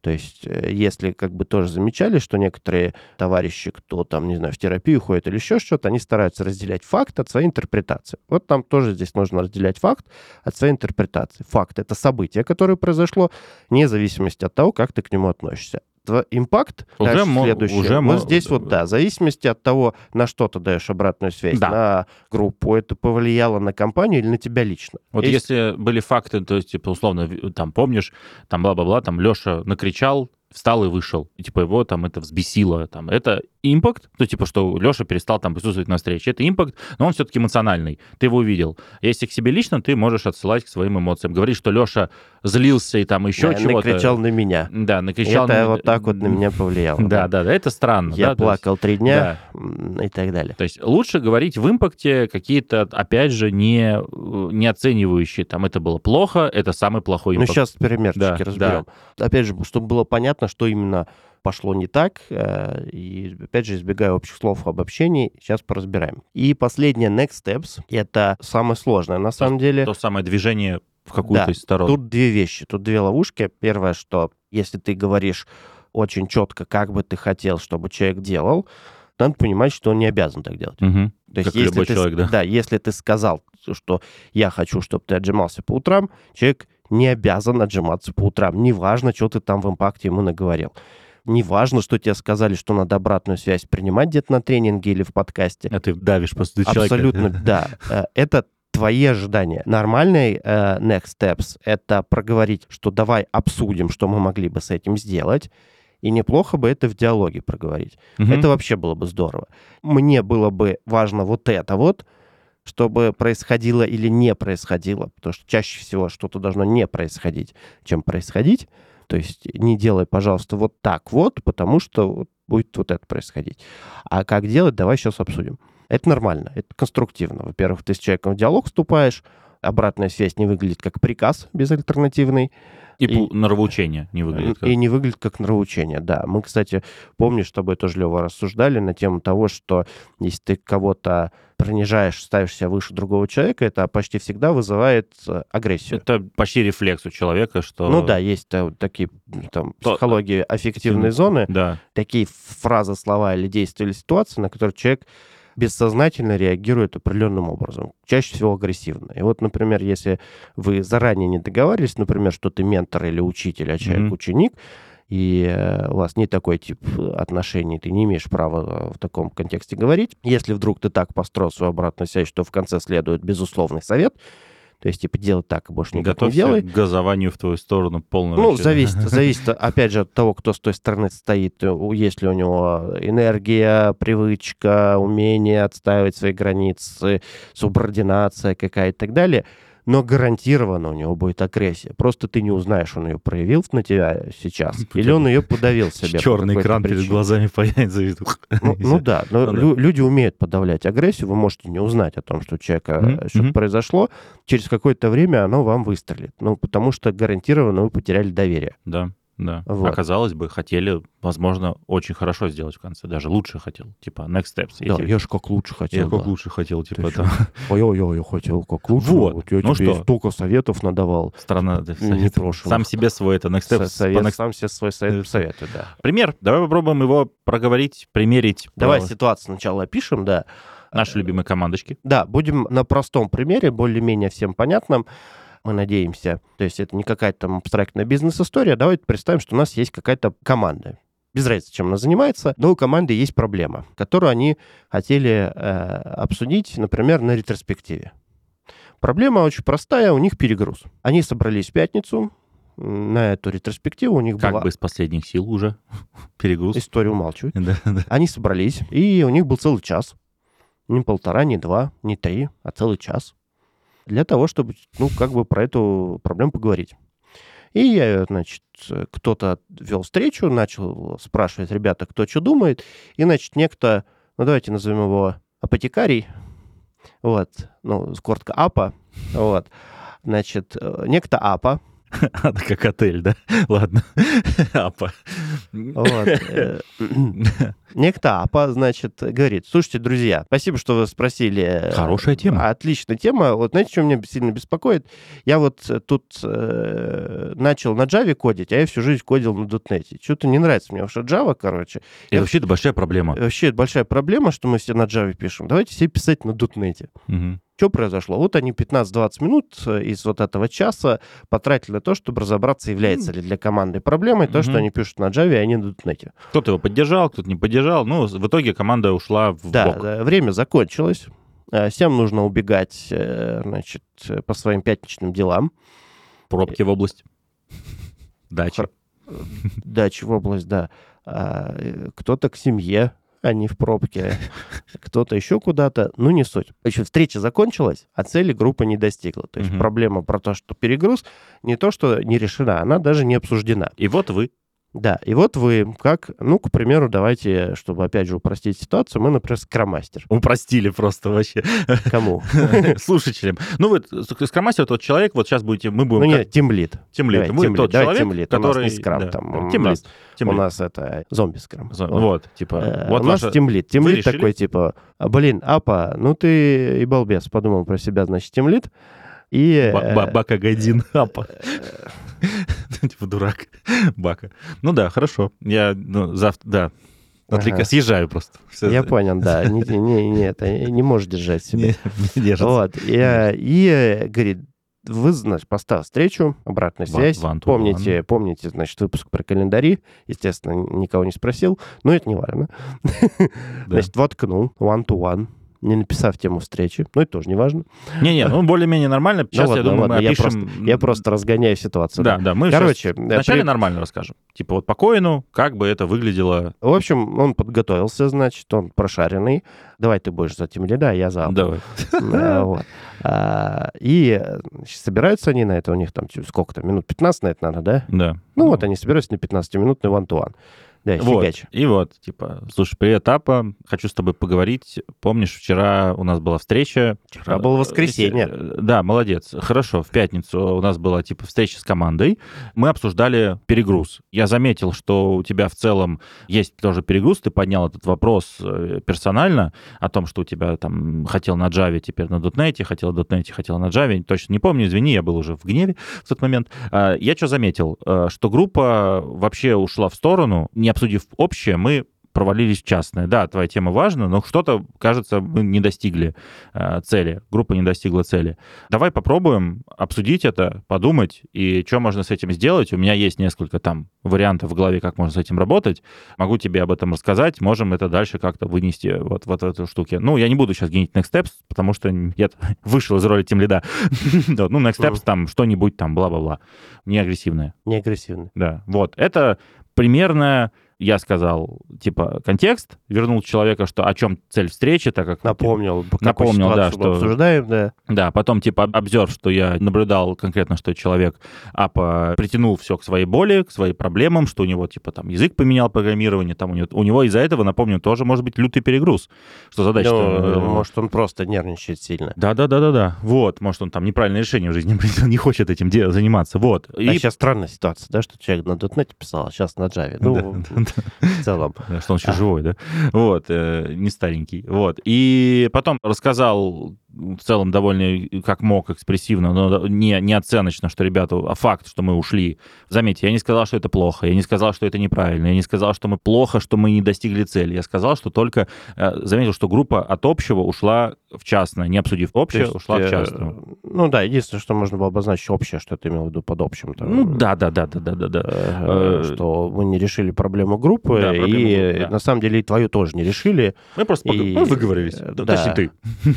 Speaker 1: То есть, э, если как бы тоже замечали, что некоторые товарищи, кто там, не знаю, в терапию ходит или еще что-то, они стараются разделять факт от своей интерпретации. Вот там тоже здесь нужно разделять факт от своей интерпретации. Факт — это событие, которое произошло, вне зависимости от того, как ты к нему относишься. Тво- Импакт
Speaker 2: Уже
Speaker 1: дальше
Speaker 2: мо-
Speaker 1: следующий.
Speaker 2: уже
Speaker 1: вот
Speaker 2: мо- э,
Speaker 1: здесь вот, да, в зависимости от того, на что ты даешь обратную связь,
Speaker 2: Да.
Speaker 1: на группу, это повлияло на компанию или на тебя лично.
Speaker 2: Вот
Speaker 1: Есть-
Speaker 2: если были факты, то есть, типа, условно, в- там, помнишь, там, бла-бла-бла, там, Леша накричал, встал и вышел. И, типа, его там это взбесило. Там. Это импакт, то типа, что Леша перестал там присутствовать на встрече. Это импакт, но он все-таки эмоциональный. Ты его увидел. Если к себе лично, ты можешь отсылать к своим эмоциям. Говорить, что Леша злился и там еще
Speaker 1: на-
Speaker 2: чего-то.
Speaker 1: накричал на меня.
Speaker 2: Да, накричал.
Speaker 1: это
Speaker 2: на-
Speaker 1: вот так вот на меня повлияло.
Speaker 2: Да, да, да, это странно.
Speaker 1: Я
Speaker 2: да, то есть-
Speaker 1: плакал три дня
Speaker 2: Да.
Speaker 1: м, и так далее.
Speaker 2: То есть лучше говорить в импакте какие-то, опять же, не, э, не оценивающие. Там это было плохо, это самый плохой
Speaker 1: Ну,
Speaker 2: импакт.
Speaker 1: сейчас примерчики
Speaker 2: Да,
Speaker 1: разберем. Опять же, чтобы было понятно, что именно пошло не так, э, и, опять же, избегая общих слов обобщений, сейчас поразбираем. И последнее, next steps, это самое сложное, на самом деле.
Speaker 2: То самое движение в какую-то
Speaker 1: Да,
Speaker 2: из сторон.
Speaker 1: Тут две вещи, тут две ловушки. Первое, что если ты говоришь очень четко, как бы ты хотел, чтобы человек делал, надо понимать, что он не обязан так делать.
Speaker 2: Мгм.
Speaker 1: То есть,
Speaker 2: Как любой
Speaker 1: ты, с-
Speaker 2: человек, да.
Speaker 1: если ты сказал, что я хочу, чтобы ты отжимался по утрам, человек не обязан отжиматься по утрам. Неважно, что ты там в импакте ему наговорил. Неважно, что тебе сказали, что надо обратную связь принимать где-то на тренинге или в подкасте.
Speaker 2: А ты давишь просто на человека.
Speaker 1: Абсолютно, да. Э, Это твои ожидания. Нормальный э, next steps — это проговорить, что давай обсудим, что мы могли бы с этим сделать, и неплохо бы это в диалоге проговорить.
Speaker 2: Мгм.
Speaker 1: Это вообще было бы здорово. Мне было бы важно вот это вот, чтобы происходило или не происходило, потому что чаще всего что-то должно не происходить, чем происходить. То есть не делай, пожалуйста, вот так вот, потому что вот будет вот это происходить. А как делать, давай сейчас обсудим. Это нормально, это конструктивно. Во-первых, ты с человеком в диалог вступаешь, обратная связь не выглядит как приказ безальтернативный.
Speaker 2: И, и нравоучение не выглядит.
Speaker 1: Как. И не выглядит как нравоучение, да. Мы, кстати, помнишь, с тобой тоже, Лева, рассуждали на тему того, что если ты кого-то пронижаешь, ставишь себя выше другого человека, это почти всегда вызывает э, агрессию.
Speaker 2: Это почти рефлекс у человека, что...
Speaker 1: Ну да, есть да, вот такие там То... э, психологии аффективной зоны,
Speaker 2: да.
Speaker 1: такие фразы, слова или действия или ситуации, на которые человек бессознательно реагирует определенным образом, чаще всего агрессивно. И вот, например, если вы заранее не договаривались, например, что ты ментор или учитель, а человек mm-hmm. ученик, и э, у вас не такой тип э, отношений, ты не имеешь права э, в таком контексте говорить. Если вдруг ты так построил свою обратную связь, что в конце следует безусловный совет, то есть, типа, делай так, и больше никак
Speaker 2: Готовься
Speaker 1: не делай.
Speaker 2: к газованию в твою сторону полностью.
Speaker 1: Ну, зависит, зависит, опять же, от того, кто с той стороны стоит. Есть ли у него энергия, привычка, умение отстаивать свои границы, субординация какая-то и так далее. Но гарантированно у него будет агрессия. Просто ты не узнаешь, он ее проявил на тебя сейчас, или он ее подавил себе.
Speaker 2: Черный экран перед глазами появится.
Speaker 1: Ну, ну да, но ну, лю- да. люди умеют подавлять агрессию. Вы можете не узнать о том, что у человека mm-hmm. что-то mm-hmm. произошло. Через какое-то время оно вам выстрелит. Ну, потому что гарантированно вы потеряли доверие.
Speaker 2: Да. Да. Вот. А казалось бы, хотели, возможно, очень хорошо сделать в конце, даже лучше хотел, типа next steps.
Speaker 1: Я да, тебе... я же как лучше хотел.
Speaker 2: Я
Speaker 1: да.
Speaker 2: как лучше хотел, типа
Speaker 1: там. Ой-ой-ой, я хотел как лучше. Вот, вот я ну тебе что? А, столько советов надавал.
Speaker 2: Страна непрошенных. Сам себе свой это next steps.
Speaker 1: Совет, next... Сам себе свой совет советы, да.
Speaker 2: Пример, давай попробуем его проговорить, примерить.
Speaker 1: Давай ситуацию сначала опишем, да. Э,
Speaker 2: Наши любимые командочки.
Speaker 1: Да, будем на простом примере, более-менее всем понятном мы надеемся. То есть это не какая-то там абстрактная бизнес-история. Давайте представим, что у нас есть какая-то команда. Без разницы, чем она занимается, но у команды есть проблема, которую они хотели э, обсудить, например, на ретроспективе. Проблема очень простая, у них перегруз. Они собрались в пятницу на эту ретроспективу, у них
Speaker 2: как
Speaker 1: была...
Speaker 2: бы из последних сил уже перегруз.
Speaker 1: Историю умалчивает. Они собрались, и у них был целый час. Не полтора, не два, не три, а целый час для того, чтобы, ну, как бы про эту проблему поговорить. И я, значит, кто-то вел встречу, начал спрашивать ребята, кто что думает, и, значит, некто, ну, давайте назовем его апотекарий, вот, ну, коротко Апа, вот, значит, э, некто Апа,
Speaker 2: это как отель, да? Ладно. А Апа.
Speaker 1: Вот. Некто Апа, значит, говорит, слушайте, друзья, спасибо, что вы спросили. э,
Speaker 2: Хорошая тема.
Speaker 1: Отличная тема. Вот знаете, что меня сильно беспокоит? Я вот тут э, начал на Java кодить, а я всю жизнь кодил на .NET. Что-то не нравится мне вообще Java, короче. Э,
Speaker 2: И я... вообще это большая проблема.
Speaker 1: Вообще это большая проблема, что мы все на Java пишем. Давайте все писать на .NET. Угу. Что произошло? Вот они 15-20 минут э, из вот этого часа потратили на то, чтобы разобраться, является ли для команды проблемой то, mm-hmm. что они пишут на Java, а не на .NET.
Speaker 2: Кто-то его поддержал, кто-то не поддержал. Ну, в итоге команда ушла в
Speaker 1: Да,
Speaker 2: бок.
Speaker 1: время закончилось. А, Всем нужно убегать, э, значит, по своим пятничным делам.
Speaker 2: Пробки в область. Дачи.
Speaker 1: Дачи в область, да. А, э, Кто-то к семье, а не в пробке, кто-то еще куда-то, ну не суть. Еще встреча закончилась, а цели группа не достигла. То есть угу. проблема про то, что перегруз, не то, что не решена, она даже не обсуждена.
Speaker 2: И вот вы.
Speaker 1: Да, и вот вы как, ну, к примеру, давайте, чтобы, опять же, упростить ситуацию, мы, например, скромастер.
Speaker 2: Упростили просто вообще.
Speaker 1: Кому?
Speaker 2: Слушателям. Ну, вот скромастер тот человек, вот сейчас будете, мы будем...
Speaker 1: Ну, нет, тимлит.
Speaker 2: Тимлит. Мы тот человек,
Speaker 1: который... У нас
Speaker 2: не
Speaker 1: скрам, там, тимлит. У нас это зомби-скрам.
Speaker 2: Вот, типа...
Speaker 1: Э, У нас тимлит. Тимлит такой, типа, блин, апа, ну ты и балбес, подумал про себя, значит, тимлит. И... э,
Speaker 2: Бакагадин апа типа дурак Бака. Ну да, хорошо. Я ну, завтра, да. Отвлека... Ага. Съезжаю просто.
Speaker 1: Все я это... понял, да. Не, не, не, это не можешь держать себя.
Speaker 2: Не, не держится.
Speaker 1: Вот. И, и говорит, вы, значит, поставил встречу, обратная связь. One, one помните, one. помните, значит, выпуск про календари. Естественно, никого не спросил, но это не важно. Да. Значит, воткнул one-to-one. не написав тему встречи, ну это тоже не важно.
Speaker 2: Не-не, ну более-менее нормально.
Speaker 1: Ну
Speaker 2: Сейчас, я
Speaker 1: ладно,
Speaker 2: думаю,
Speaker 1: ладно,
Speaker 2: мы
Speaker 1: я,
Speaker 2: опишем...
Speaker 1: просто, я просто разгоняю ситуацию.
Speaker 2: Да, да, мы Короче,
Speaker 1: Короче, э,
Speaker 2: вначале
Speaker 1: при-
Speaker 2: нормально расскажем. Типа вот по Коину, как бы это выглядело...
Speaker 1: в общем, он подготовился, значит, он прошаренный. Давай ты будешь за тем лида, а я за. Apple.
Speaker 2: Давай.
Speaker 1: Э, вот. А, И э, значит, собираются они на это, у них там типа, сколько там, минут 15 на это надо, да?
Speaker 2: Да.
Speaker 1: Ну вот они собираются на 15-минутный вантуан. Да, и
Speaker 2: Вот.
Speaker 1: фигачат.
Speaker 2: И вот, типа, слушай, привет, Апа, хочу с тобой поговорить. Помнишь, вчера у нас была встреча.
Speaker 1: Вчера А было воскресенье.
Speaker 2: Э, Да, молодец. Хорошо, в пятницу у нас была, типа, встреча с командой. Мы обсуждали перегруз. Я заметил, что у тебя в целом есть тоже перегруз. Ты поднял этот вопрос э, персонально о том, что у тебя там хотел на Java, теперь на .NET, хотел на .NET, хотел на Java. Точно не помню, извини, я был уже в гневе в тот момент. А, Я что заметил? А, Что группа вообще ушла в сторону, не обсудив общее, мы провалились в частное. Да, твоя тема важна, но что-то, кажется, мы не достигли а, цели. Группа не достигла цели. Давай попробуем обсудить это, подумать, и что можно с этим сделать. У меня есть несколько там вариантов в голове, как можно с этим работать. Могу тебе об этом рассказать, можем это дальше как-то вынести вот, вот в эту штуке. Ну, я не буду сейчас генить Next Steps, потому что я вышел из роли тем лида. Да, Ну, Next Steps там что-нибудь там, бла-бла-бла. Не агрессивное.
Speaker 1: Не агрессивно.
Speaker 2: Да, вот. Это примерно, я сказал, типа, контекст. Вернул человека, что о чем цель встречи, так как...
Speaker 1: Напомнил, по какой
Speaker 2: Напомнил, да,
Speaker 1: ситуации мы
Speaker 2: что-
Speaker 1: обсуждаем, да.
Speaker 2: Да, потом типа обзор, что я наблюдал конкретно, что человек апа притянул все к своей боли, к своим проблемам, что у него типа там язык поменял программирование, там у него, у него из-за этого, напомню, тоже может быть лютый перегруз, что задача...
Speaker 1: Ну,
Speaker 2: э,
Speaker 1: может, он просто нервничает сильно.
Speaker 2: да, да, да, да, да. Вот, может, он там неправильное решение в жизни принял, не хочет этим де- заниматься. Вот.
Speaker 1: А сейчас странная ситуация, да, что человек на .NET писал, а сейчас на Java. Ну,
Speaker 2: Да, да, да.
Speaker 1: в целом.
Speaker 2: Да, Э, Что он еще
Speaker 1: А.
Speaker 2: живой, да? Вот, э, не старенький. Вот. И потом рассказал в целом довольно э, как мог экспрессивно, но не, не оценочно, что, ребята, а факт, что мы ушли. Заметьте, я не сказал, что это плохо, я не сказал, что это неправильно, я не сказал, что мы плохо, что мы не достигли цели. Я сказал, что только э, заметил, что группа от общего ушла в частное, не обсудив
Speaker 1: То
Speaker 2: общее,
Speaker 1: есть,
Speaker 2: ушла в
Speaker 1: э,
Speaker 2: частное.
Speaker 1: Ну да, единственное, что можно было обозначить общее, что ты имел в виду под общим. там,
Speaker 2: Ну да, да, да, да, да, да, да.
Speaker 1: э,
Speaker 2: э,
Speaker 1: что вы не решили проблему группы,
Speaker 2: Да, проблему
Speaker 1: и
Speaker 2: группы, да.
Speaker 1: на самом деле и твою тоже не решили.
Speaker 2: Мы просто
Speaker 1: И-
Speaker 2: пог- мы выговорились.
Speaker 1: э,
Speaker 2: Да,
Speaker 1: да.
Speaker 2: Ну, Точнее,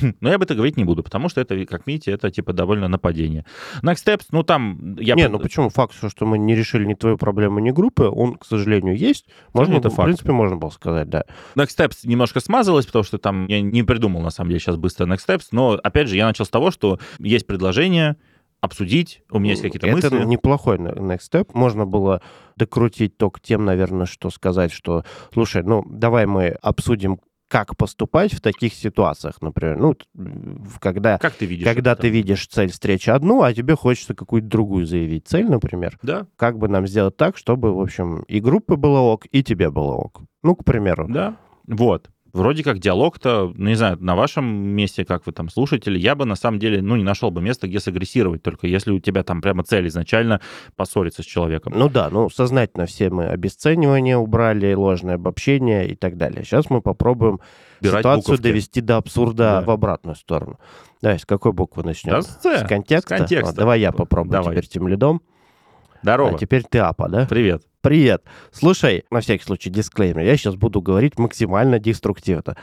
Speaker 2: ты. Но я об этом говорить не буду, потому что это, как видите, это типа довольно нападение. Next Steps, ну там... Я
Speaker 1: не,
Speaker 2: под-
Speaker 1: ну почему факт, что- что мы не решили ни твою проблему, ни группы, он, к сожалению, есть. Можно,
Speaker 2: Ну, это
Speaker 1: в
Speaker 2: факт.
Speaker 1: принципе, можно было сказать, да.
Speaker 2: Next Steps немножко смазалось, потому что там я не придумал, на самом деле, сейчас быстро Next Steps, но, опять же, я начал с того, что есть предложение обсудить, у меня есть какие-то
Speaker 1: Ну, Это
Speaker 2: мысли.
Speaker 1: неплохой на- next step. Можно было докрутить только тем, наверное, что сказать, что, слушай, ну, давай мы обсудим, как поступать в таких ситуациях, например. Ну, т- м, когда,
Speaker 2: Как ты видишь?
Speaker 1: когда
Speaker 2: это?
Speaker 1: ты видишь цель встречи одну, а тебе хочется какую-то другую заявить цель, например.
Speaker 2: Да,
Speaker 1: Как бы нам сделать так, чтобы, в общем, и группы было ок, и тебе было ок. Ну, к примеру.
Speaker 2: да. Вот. Вроде как диалог-то, ну, не знаю, на вашем месте, как вы там слушатели, я бы на самом деле, ну, не нашел бы места, где сагрессировать, только если у тебя там прямо цель изначально поссориться с человеком.
Speaker 1: Ну да, ну сознательно все мы обесценивание убрали, ложное обобщение и так далее. Сейчас мы попробуем
Speaker 2: Убирать
Speaker 1: ситуацию
Speaker 2: буковки.
Speaker 1: довести до абсурда
Speaker 2: Да.
Speaker 1: в обратную сторону. Давай, с какой буквы начнем?
Speaker 2: Да, с «Ц».
Speaker 1: С контекста?
Speaker 2: С контекста.
Speaker 1: Ладно, давай я попробую
Speaker 2: Давай.
Speaker 1: теперь тем лидом.
Speaker 2: Здорово.
Speaker 1: А теперь ты апа, да?
Speaker 2: Привет.
Speaker 1: Привет. Слушай, на всякий случай, дисклеймер. Я сейчас буду говорить максимально деструктивно.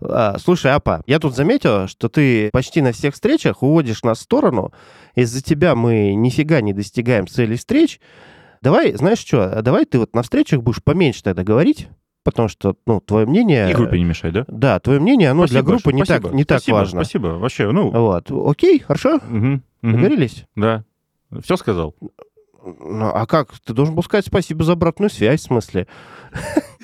Speaker 1: А, Слушай, Апа, я тут заметил, что ты почти на всех встречах уводишь нас в сторону. Из-за тебя мы нифига не достигаем цели встреч. Давай, знаешь что, а давай ты вот на встречах будешь поменьше тогда говорить, потому что, ну, твое мнение...
Speaker 2: И группе не мешай, да?
Speaker 1: Да, твое мнение, оно для
Speaker 2: Спасибо
Speaker 1: группы
Speaker 2: большое,
Speaker 1: не
Speaker 2: спасибо.
Speaker 1: так, не так
Speaker 2: Спасибо,
Speaker 1: важно.
Speaker 2: Спасибо, вообще, ну,
Speaker 1: Вот, окей, хорошо,
Speaker 2: мгм, мгм,
Speaker 1: договорились.
Speaker 2: да. Все сказал.
Speaker 1: Ну, а как? Ты должен был сказать спасибо за обратную связь, в смысле.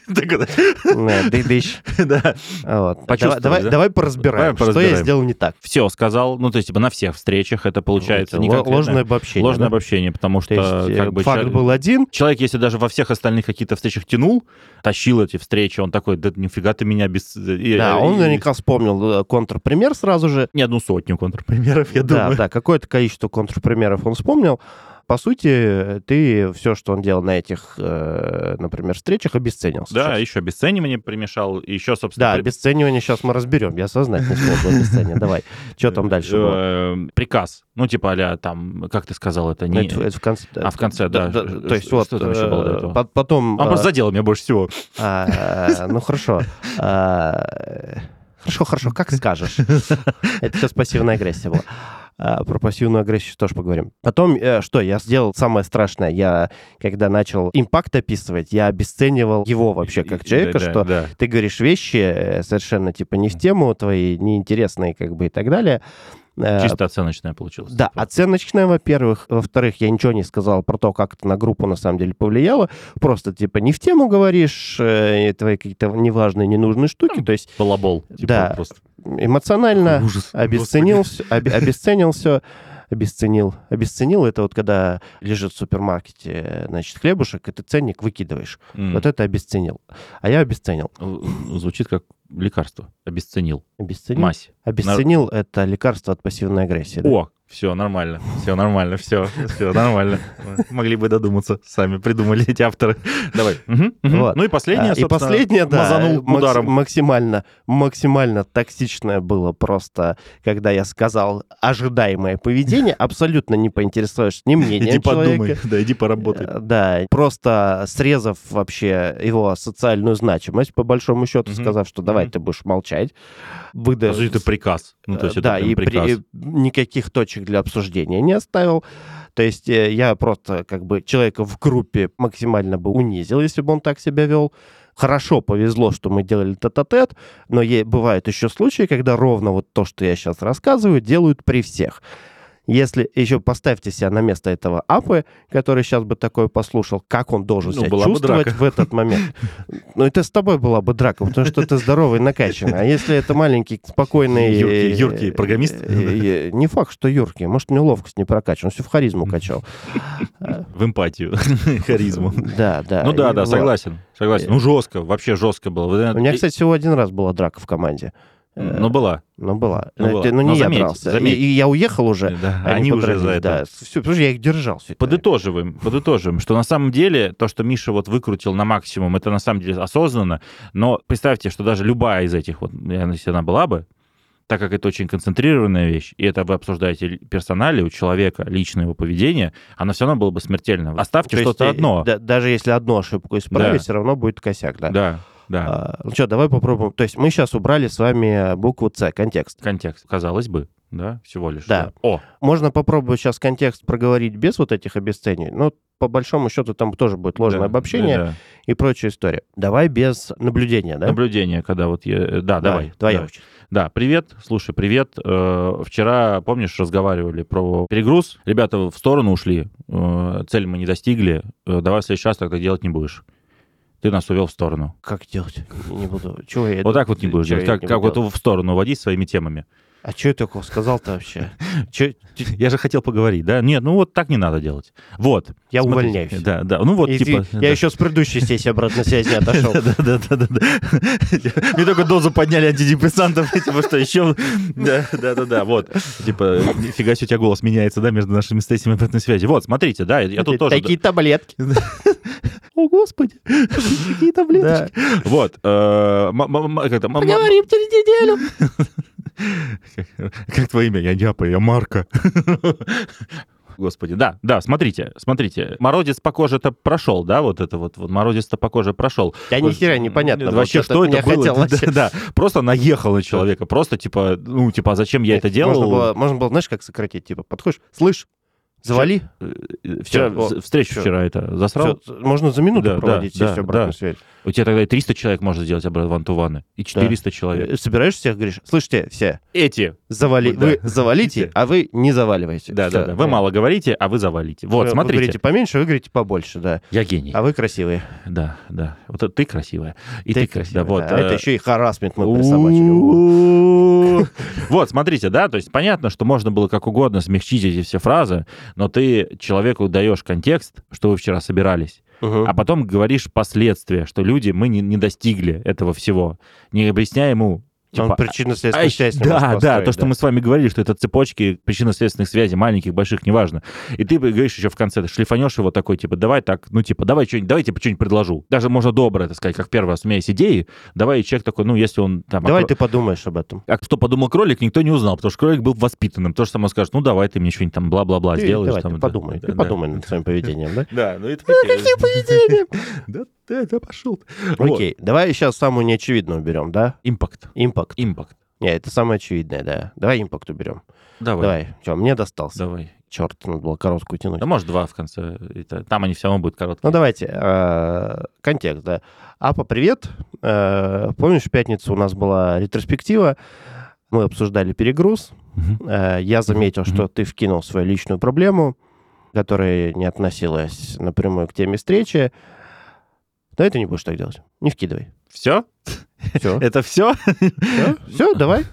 Speaker 1: Да, да еще
Speaker 2: Да.
Speaker 1: Вот. Давай,
Speaker 2: Почувствовали,
Speaker 1: давай,
Speaker 2: да?
Speaker 1: давай поразбираем,
Speaker 2: Давай
Speaker 1: что
Speaker 2: поразбираем.
Speaker 1: я сделал не так.
Speaker 2: Все сказал, ну, то есть, типа, на всех встречах это получается.
Speaker 1: Вот,
Speaker 2: не
Speaker 1: ло-
Speaker 2: конкретно.
Speaker 1: ложное обобщение.
Speaker 2: Ложное
Speaker 1: да?
Speaker 2: обобщение, потому
Speaker 1: То
Speaker 2: что,
Speaker 1: есть, э,
Speaker 2: как бы,
Speaker 1: факт
Speaker 2: чел-
Speaker 1: был один,
Speaker 2: Человек, если даже во всех остальных каких-то встречах тянул, тащил эти встречи, он такой, да нифига ты меня без... э,
Speaker 1: да, он наверняка вспомнил э, контрпример сразу же.
Speaker 2: Не одну сотню контрпримеров, я
Speaker 1: да,
Speaker 2: думаю.
Speaker 1: да, какое-то количество контрпримеров он вспомнил. По сути, ты все, что он делал на этих, э, например, встречах, обесценил.
Speaker 2: Да,
Speaker 1: сейчас.
Speaker 2: еще обесценивание примешал, и еще, собственно...
Speaker 1: Да,
Speaker 2: при-
Speaker 1: обесценивание сейчас мы разберем. Я сознательно вспомнил обесценивание. Давай, что там дальше было?
Speaker 2: Э, Приказ. Ну, типа, а там, как ты сказал, это не...
Speaker 1: Это- это в конце.
Speaker 2: А, в конце, да.
Speaker 1: То есть
Speaker 2: Что
Speaker 1: вот...
Speaker 2: там еще было до
Speaker 1: э,
Speaker 2: этого? А,
Speaker 1: по- Потом...
Speaker 2: Он
Speaker 1: э,
Speaker 2: просто задел меня больше всего.
Speaker 1: ну, А, Ну хорошо. А, Хорошо, хорошо, как скажешь. Это сейчас пассивная агрессия была. А, Про пассивную агрессию тоже поговорим. Потом, э, что я сделал самое страшное, я, когда начал импакт описывать, я обесценивал его вообще как человека,
Speaker 2: Да, да,
Speaker 1: что
Speaker 2: да.
Speaker 1: ты говоришь вещи э, совершенно типа не в тему твои, неинтересные как бы и так далее. Э,
Speaker 2: Чисто Типа, оценочное получилось.
Speaker 1: Да, оценочная, во-первых. Во-вторых, я ничего не сказал про то, как это на группу на самом деле повлияло. Просто, типа, не в тему говоришь, э, и твои какие-то неважные, ненужные
Speaker 2: Хм.
Speaker 1: штуки. То есть
Speaker 2: Балабол. типа,
Speaker 1: Да.
Speaker 2: просто.
Speaker 1: эмоционально
Speaker 2: Ужас.
Speaker 1: обесценил, всё- обе- обесценил все. Обесценил. Обесценил это вот когда лежит в супермаркете, э, значит, хлебушек, и ты ценник выкидываешь.
Speaker 2: Господи. М.
Speaker 1: Вот это обесценил. А я обесценил.
Speaker 2: Э, Звучит как лекарство. Обесценил.
Speaker 1: Обесценил.
Speaker 2: Мазь.
Speaker 1: Обесценил это лекарство от пассивной агрессии. да.
Speaker 2: О, все нормально, все нормально, все, все нормально. Могли бы додуматься, сами придумали эти авторы. Давай. Мгм, мгм.
Speaker 1: Вот.
Speaker 2: Ну и последнее,
Speaker 1: А, и
Speaker 2: собственно,
Speaker 1: последнее, да,
Speaker 2: мазанул
Speaker 1: макс-
Speaker 2: ударом.
Speaker 1: максимально, максимально токсичное было просто, когда я сказал ожидаемое поведение, абсолютно не поинтересовавшись ни мнением
Speaker 2: Иди подумай,
Speaker 1: человека,
Speaker 2: да, иди поработай.
Speaker 1: э, Да, просто срезав вообще его социальную значимость, по большому счету,
Speaker 2: Мгм.
Speaker 1: сказав, что давай
Speaker 2: Мгм.
Speaker 1: ты будешь молчать,
Speaker 2: По
Speaker 1: выдашь
Speaker 2: сути, это приказ. Ну, то есть
Speaker 1: Э,
Speaker 2: это
Speaker 1: да,
Speaker 2: прям
Speaker 1: и при-
Speaker 2: приказ.
Speaker 1: и никаких точек для обсуждения не оставил. То есть э, я просто как бы человека в группе максимально бы унизил, если бы он так себя вел. Хорошо повезло, что мы делали тет-а-тет, но е- бывают еще случаи, когда ровно вот то, что я сейчас рассказываю, делают при всех. Если еще поставьте себя на место этого апы, который сейчас бы такое послушал, как он должен
Speaker 2: Ну,
Speaker 1: себя
Speaker 2: была бы
Speaker 1: чувствовать
Speaker 2: драка.
Speaker 1: в этот момент. Ну, это с тобой была бы драка, потому что ты здоровый и накачанный. А если это маленький, спокойный...
Speaker 2: Юркий-
Speaker 1: э,
Speaker 2: юркий программист?
Speaker 1: э, э, Не факт, что юркий. Может, у него ловкость не прокачана. Он всю в харизму качал.
Speaker 2: В эмпатию, харизму.
Speaker 1: Да, да.
Speaker 2: Ну да,
Speaker 1: И
Speaker 2: да,
Speaker 1: вот.
Speaker 2: согласен, согласен. Ну жестко, вообще жестко было. Вот это-
Speaker 1: У меня, кстати, всего один раз была драка в команде. Э,
Speaker 2: ну была.
Speaker 1: Ну, была.
Speaker 2: ну,
Speaker 1: Э,
Speaker 2: была.
Speaker 1: ты- Ну,
Speaker 2: Но
Speaker 1: не я
Speaker 2: заметь,
Speaker 1: дрался. И
Speaker 2: заметь.
Speaker 1: и я уехал уже.
Speaker 2: Да, Они уже за
Speaker 1: подрались,
Speaker 2: это
Speaker 1: Да, Всё, потому что я их держал. всё это время.
Speaker 2: Подытоживаем, подытоживаем, что на самом деле то, что Миша вот выкрутил на максимум, это на самом деле осознанно, но представьте, что даже любая из этих, вот, наверное, если она была бы, так как это очень концентрированная вещь, и это вы обсуждаете л- персонали у человека, личное его поведение, оно все равно было бы смертельно. Оставьте
Speaker 1: То есть,
Speaker 2: что-то
Speaker 1: э,
Speaker 2: одно.
Speaker 1: да- даже если одну ошибку
Speaker 2: Да.
Speaker 1: исправить, все равно будет косяк, да.
Speaker 2: да, да.
Speaker 1: А, ну что, давай попробуем. То есть мы сейчас убрали с вами букву С, контекст.
Speaker 2: Контекст, казалось бы, да, всего лишь.
Speaker 1: Да.
Speaker 2: О,
Speaker 1: Можно попробовать сейчас контекст проговорить без вот этих обесценений, но по большому счету там тоже будет ложное
Speaker 2: да,
Speaker 1: обобщение
Speaker 2: да, да.
Speaker 1: и прочая история. Давай без наблюдения, да?
Speaker 2: Наблюдение, когда вот... я- э, Да, давай.
Speaker 1: Твоя
Speaker 2: да.
Speaker 1: очередь.
Speaker 2: Да, привет, слушай, привет. Э, Вчера, помнишь, разговаривали про перегруз. Ребята в сторону ушли, э, цель мы не достигли. Э, Давай в следующий раз тогда делать не будешь. Ты нас увел в сторону.
Speaker 1: Как делать? Я Не буду. Чего я...
Speaker 2: вот так вот не будешь
Speaker 1: чего
Speaker 2: делать.
Speaker 1: я
Speaker 2: Как,
Speaker 1: не
Speaker 2: как
Speaker 1: буду
Speaker 2: вот
Speaker 1: делать?
Speaker 2: в сторону водить своими темами.
Speaker 1: А что я такого сказал-то вообще?
Speaker 2: Чё- Я же хотел поговорить, да? Нет, ну вот так не надо делать. Вот.
Speaker 1: Я
Speaker 2: смотрите.
Speaker 1: увольняюсь.
Speaker 2: Да, да. Ну вот,
Speaker 1: И
Speaker 2: типа...
Speaker 1: ты-
Speaker 2: да.
Speaker 1: Я еще с предыдущей сессии обратной связи не отошел.
Speaker 2: Да, да, да, да, да. Мне только дозу подняли антидепрессантов, типа, что еще. Да, да, да, да, вот. Типа, нифига себе, у тебя голос меняется, да, между нашими сессиями обратной связи. Вот, смотрите, да, я тут тоже.
Speaker 1: Такие таблетки.
Speaker 2: О, господи, какие
Speaker 1: Да.
Speaker 2: таблетки. Вот. э, м- м- м- как это, м- м-
Speaker 1: Поговорим через неделю.
Speaker 2: Как- Как твое имя? Я Япа, я Марка. Господи, да, да, смотрите, смотрите. Морозец по коже-то прошел, да, вот это вот, вот морозец-то по коже прошел.
Speaker 1: Да ни хера непонятно. Вот
Speaker 2: Вообще, что
Speaker 1: я
Speaker 2: это было?
Speaker 1: хотел
Speaker 2: Да,
Speaker 1: вообще.
Speaker 2: Да, просто наехал на человека, просто типа, ну, типа, а зачем я это
Speaker 1: Можно
Speaker 2: делал?
Speaker 1: было, можно было, знаешь, как сократить? Типа, подходишь, слышь, завали.
Speaker 2: Э, Вчера,
Speaker 1: Всё,
Speaker 2: вз- встречу
Speaker 1: всё.
Speaker 2: вчера это засрал.
Speaker 1: Всё, можно за минуту
Speaker 2: Да, да,
Speaker 1: проводить
Speaker 2: да,
Speaker 1: сессию обратной
Speaker 2: да.
Speaker 1: связи.
Speaker 2: У тебя тогда и 300 человек можно сделать обратно ванны и 400 человек.
Speaker 1: Э, Собираешь всех, говоришь, слышите, все,
Speaker 2: Эти,
Speaker 1: завали,
Speaker 2: Вот, да.
Speaker 1: вы завалите, а вы не заваливаете.
Speaker 2: да,
Speaker 1: Всё.
Speaker 2: да, да, вы мало говорите, а вы завалите. Вот,
Speaker 1: Вы- Вы говорите
Speaker 2: смотрите,
Speaker 1: поменьше, вы говорите побольше, да.
Speaker 2: я гений.
Speaker 1: А вы красивые.
Speaker 2: Да, да. Вот это ты красивая. И ты, красивая. Да, вот.
Speaker 1: да. А это
Speaker 2: э,
Speaker 1: еще и харасмент мы присобачили. О,
Speaker 2: У-у-у. Вот, смотрите, да, то есть понятно, что можно было как угодно смягчить эти все фразы, но ты человеку даешь контекст, что вы вчера собирались,
Speaker 1: мгм.
Speaker 2: а потом говоришь последствия, что люди, мы не, не достигли этого всего, не объясняя ему,
Speaker 1: Он
Speaker 2: типа, а
Speaker 1: причинно-следственную
Speaker 2: ещё-
Speaker 1: связь не может
Speaker 2: да, да,
Speaker 1: построить,
Speaker 2: то, что мы с вами говорили, что это цепочки причинно-следственных связей, маленьких, больших, неважно. И ты говоришь еще в конце, ты шлифанешь его такой, типа, давай так, ну, типа, давай что-нибудь, давай, типа, что-нибудь предложу. Даже можно добро это сказать, как первый раз, у меня есть идеи, давай, и человек такой, ну, если он там...
Speaker 1: Давай
Speaker 2: окро-
Speaker 1: ты подумаешь об этом.
Speaker 2: А кто подумал кролик, никто не узнал, потому что кролик был воспитанным. То же самое скажет, ну, давай ты мне что-нибудь там бла-бла-бла
Speaker 1: Ты-
Speaker 2: А, сделаешь.
Speaker 1: давай,
Speaker 2: там,
Speaker 1: ты
Speaker 2: да, Ну,
Speaker 1: подумай,
Speaker 2: да,
Speaker 1: ты
Speaker 2: да.
Speaker 1: подумай над своим поведением, да?
Speaker 2: Да, ну это...
Speaker 1: Какие поведения?
Speaker 2: Да э, да пошел. ты». Вот.
Speaker 1: Окей, давай сейчас самую неочевидную уберем, да?
Speaker 2: Импакт.
Speaker 1: Импакт.
Speaker 2: Импакт. Не,
Speaker 1: Не, это самое очевидное, да. Давай импакт уберем.
Speaker 2: Давай.
Speaker 1: Давай. Че, мне достался.
Speaker 2: Давай.
Speaker 1: Черт, надо было короткую тянуть.
Speaker 2: Да может два в конце. Это- Там они все равно будут
Speaker 1: Ну
Speaker 2: короткие.
Speaker 1: давайте, э, контекст, да. Апа, привет. Э, Помнишь, в пятницу у нас была ретроспектива, мы обсуждали перегруз.
Speaker 2: Мгм.
Speaker 1: Э, Я заметил, что
Speaker 2: Мгм.
Speaker 1: ты вкинул свою личную проблему, которая не относилась напрямую к теме встречи. Но это не будешь так делать. Не вкидывай.
Speaker 2: Все?
Speaker 1: Все,
Speaker 2: Это все?
Speaker 1: все, давай.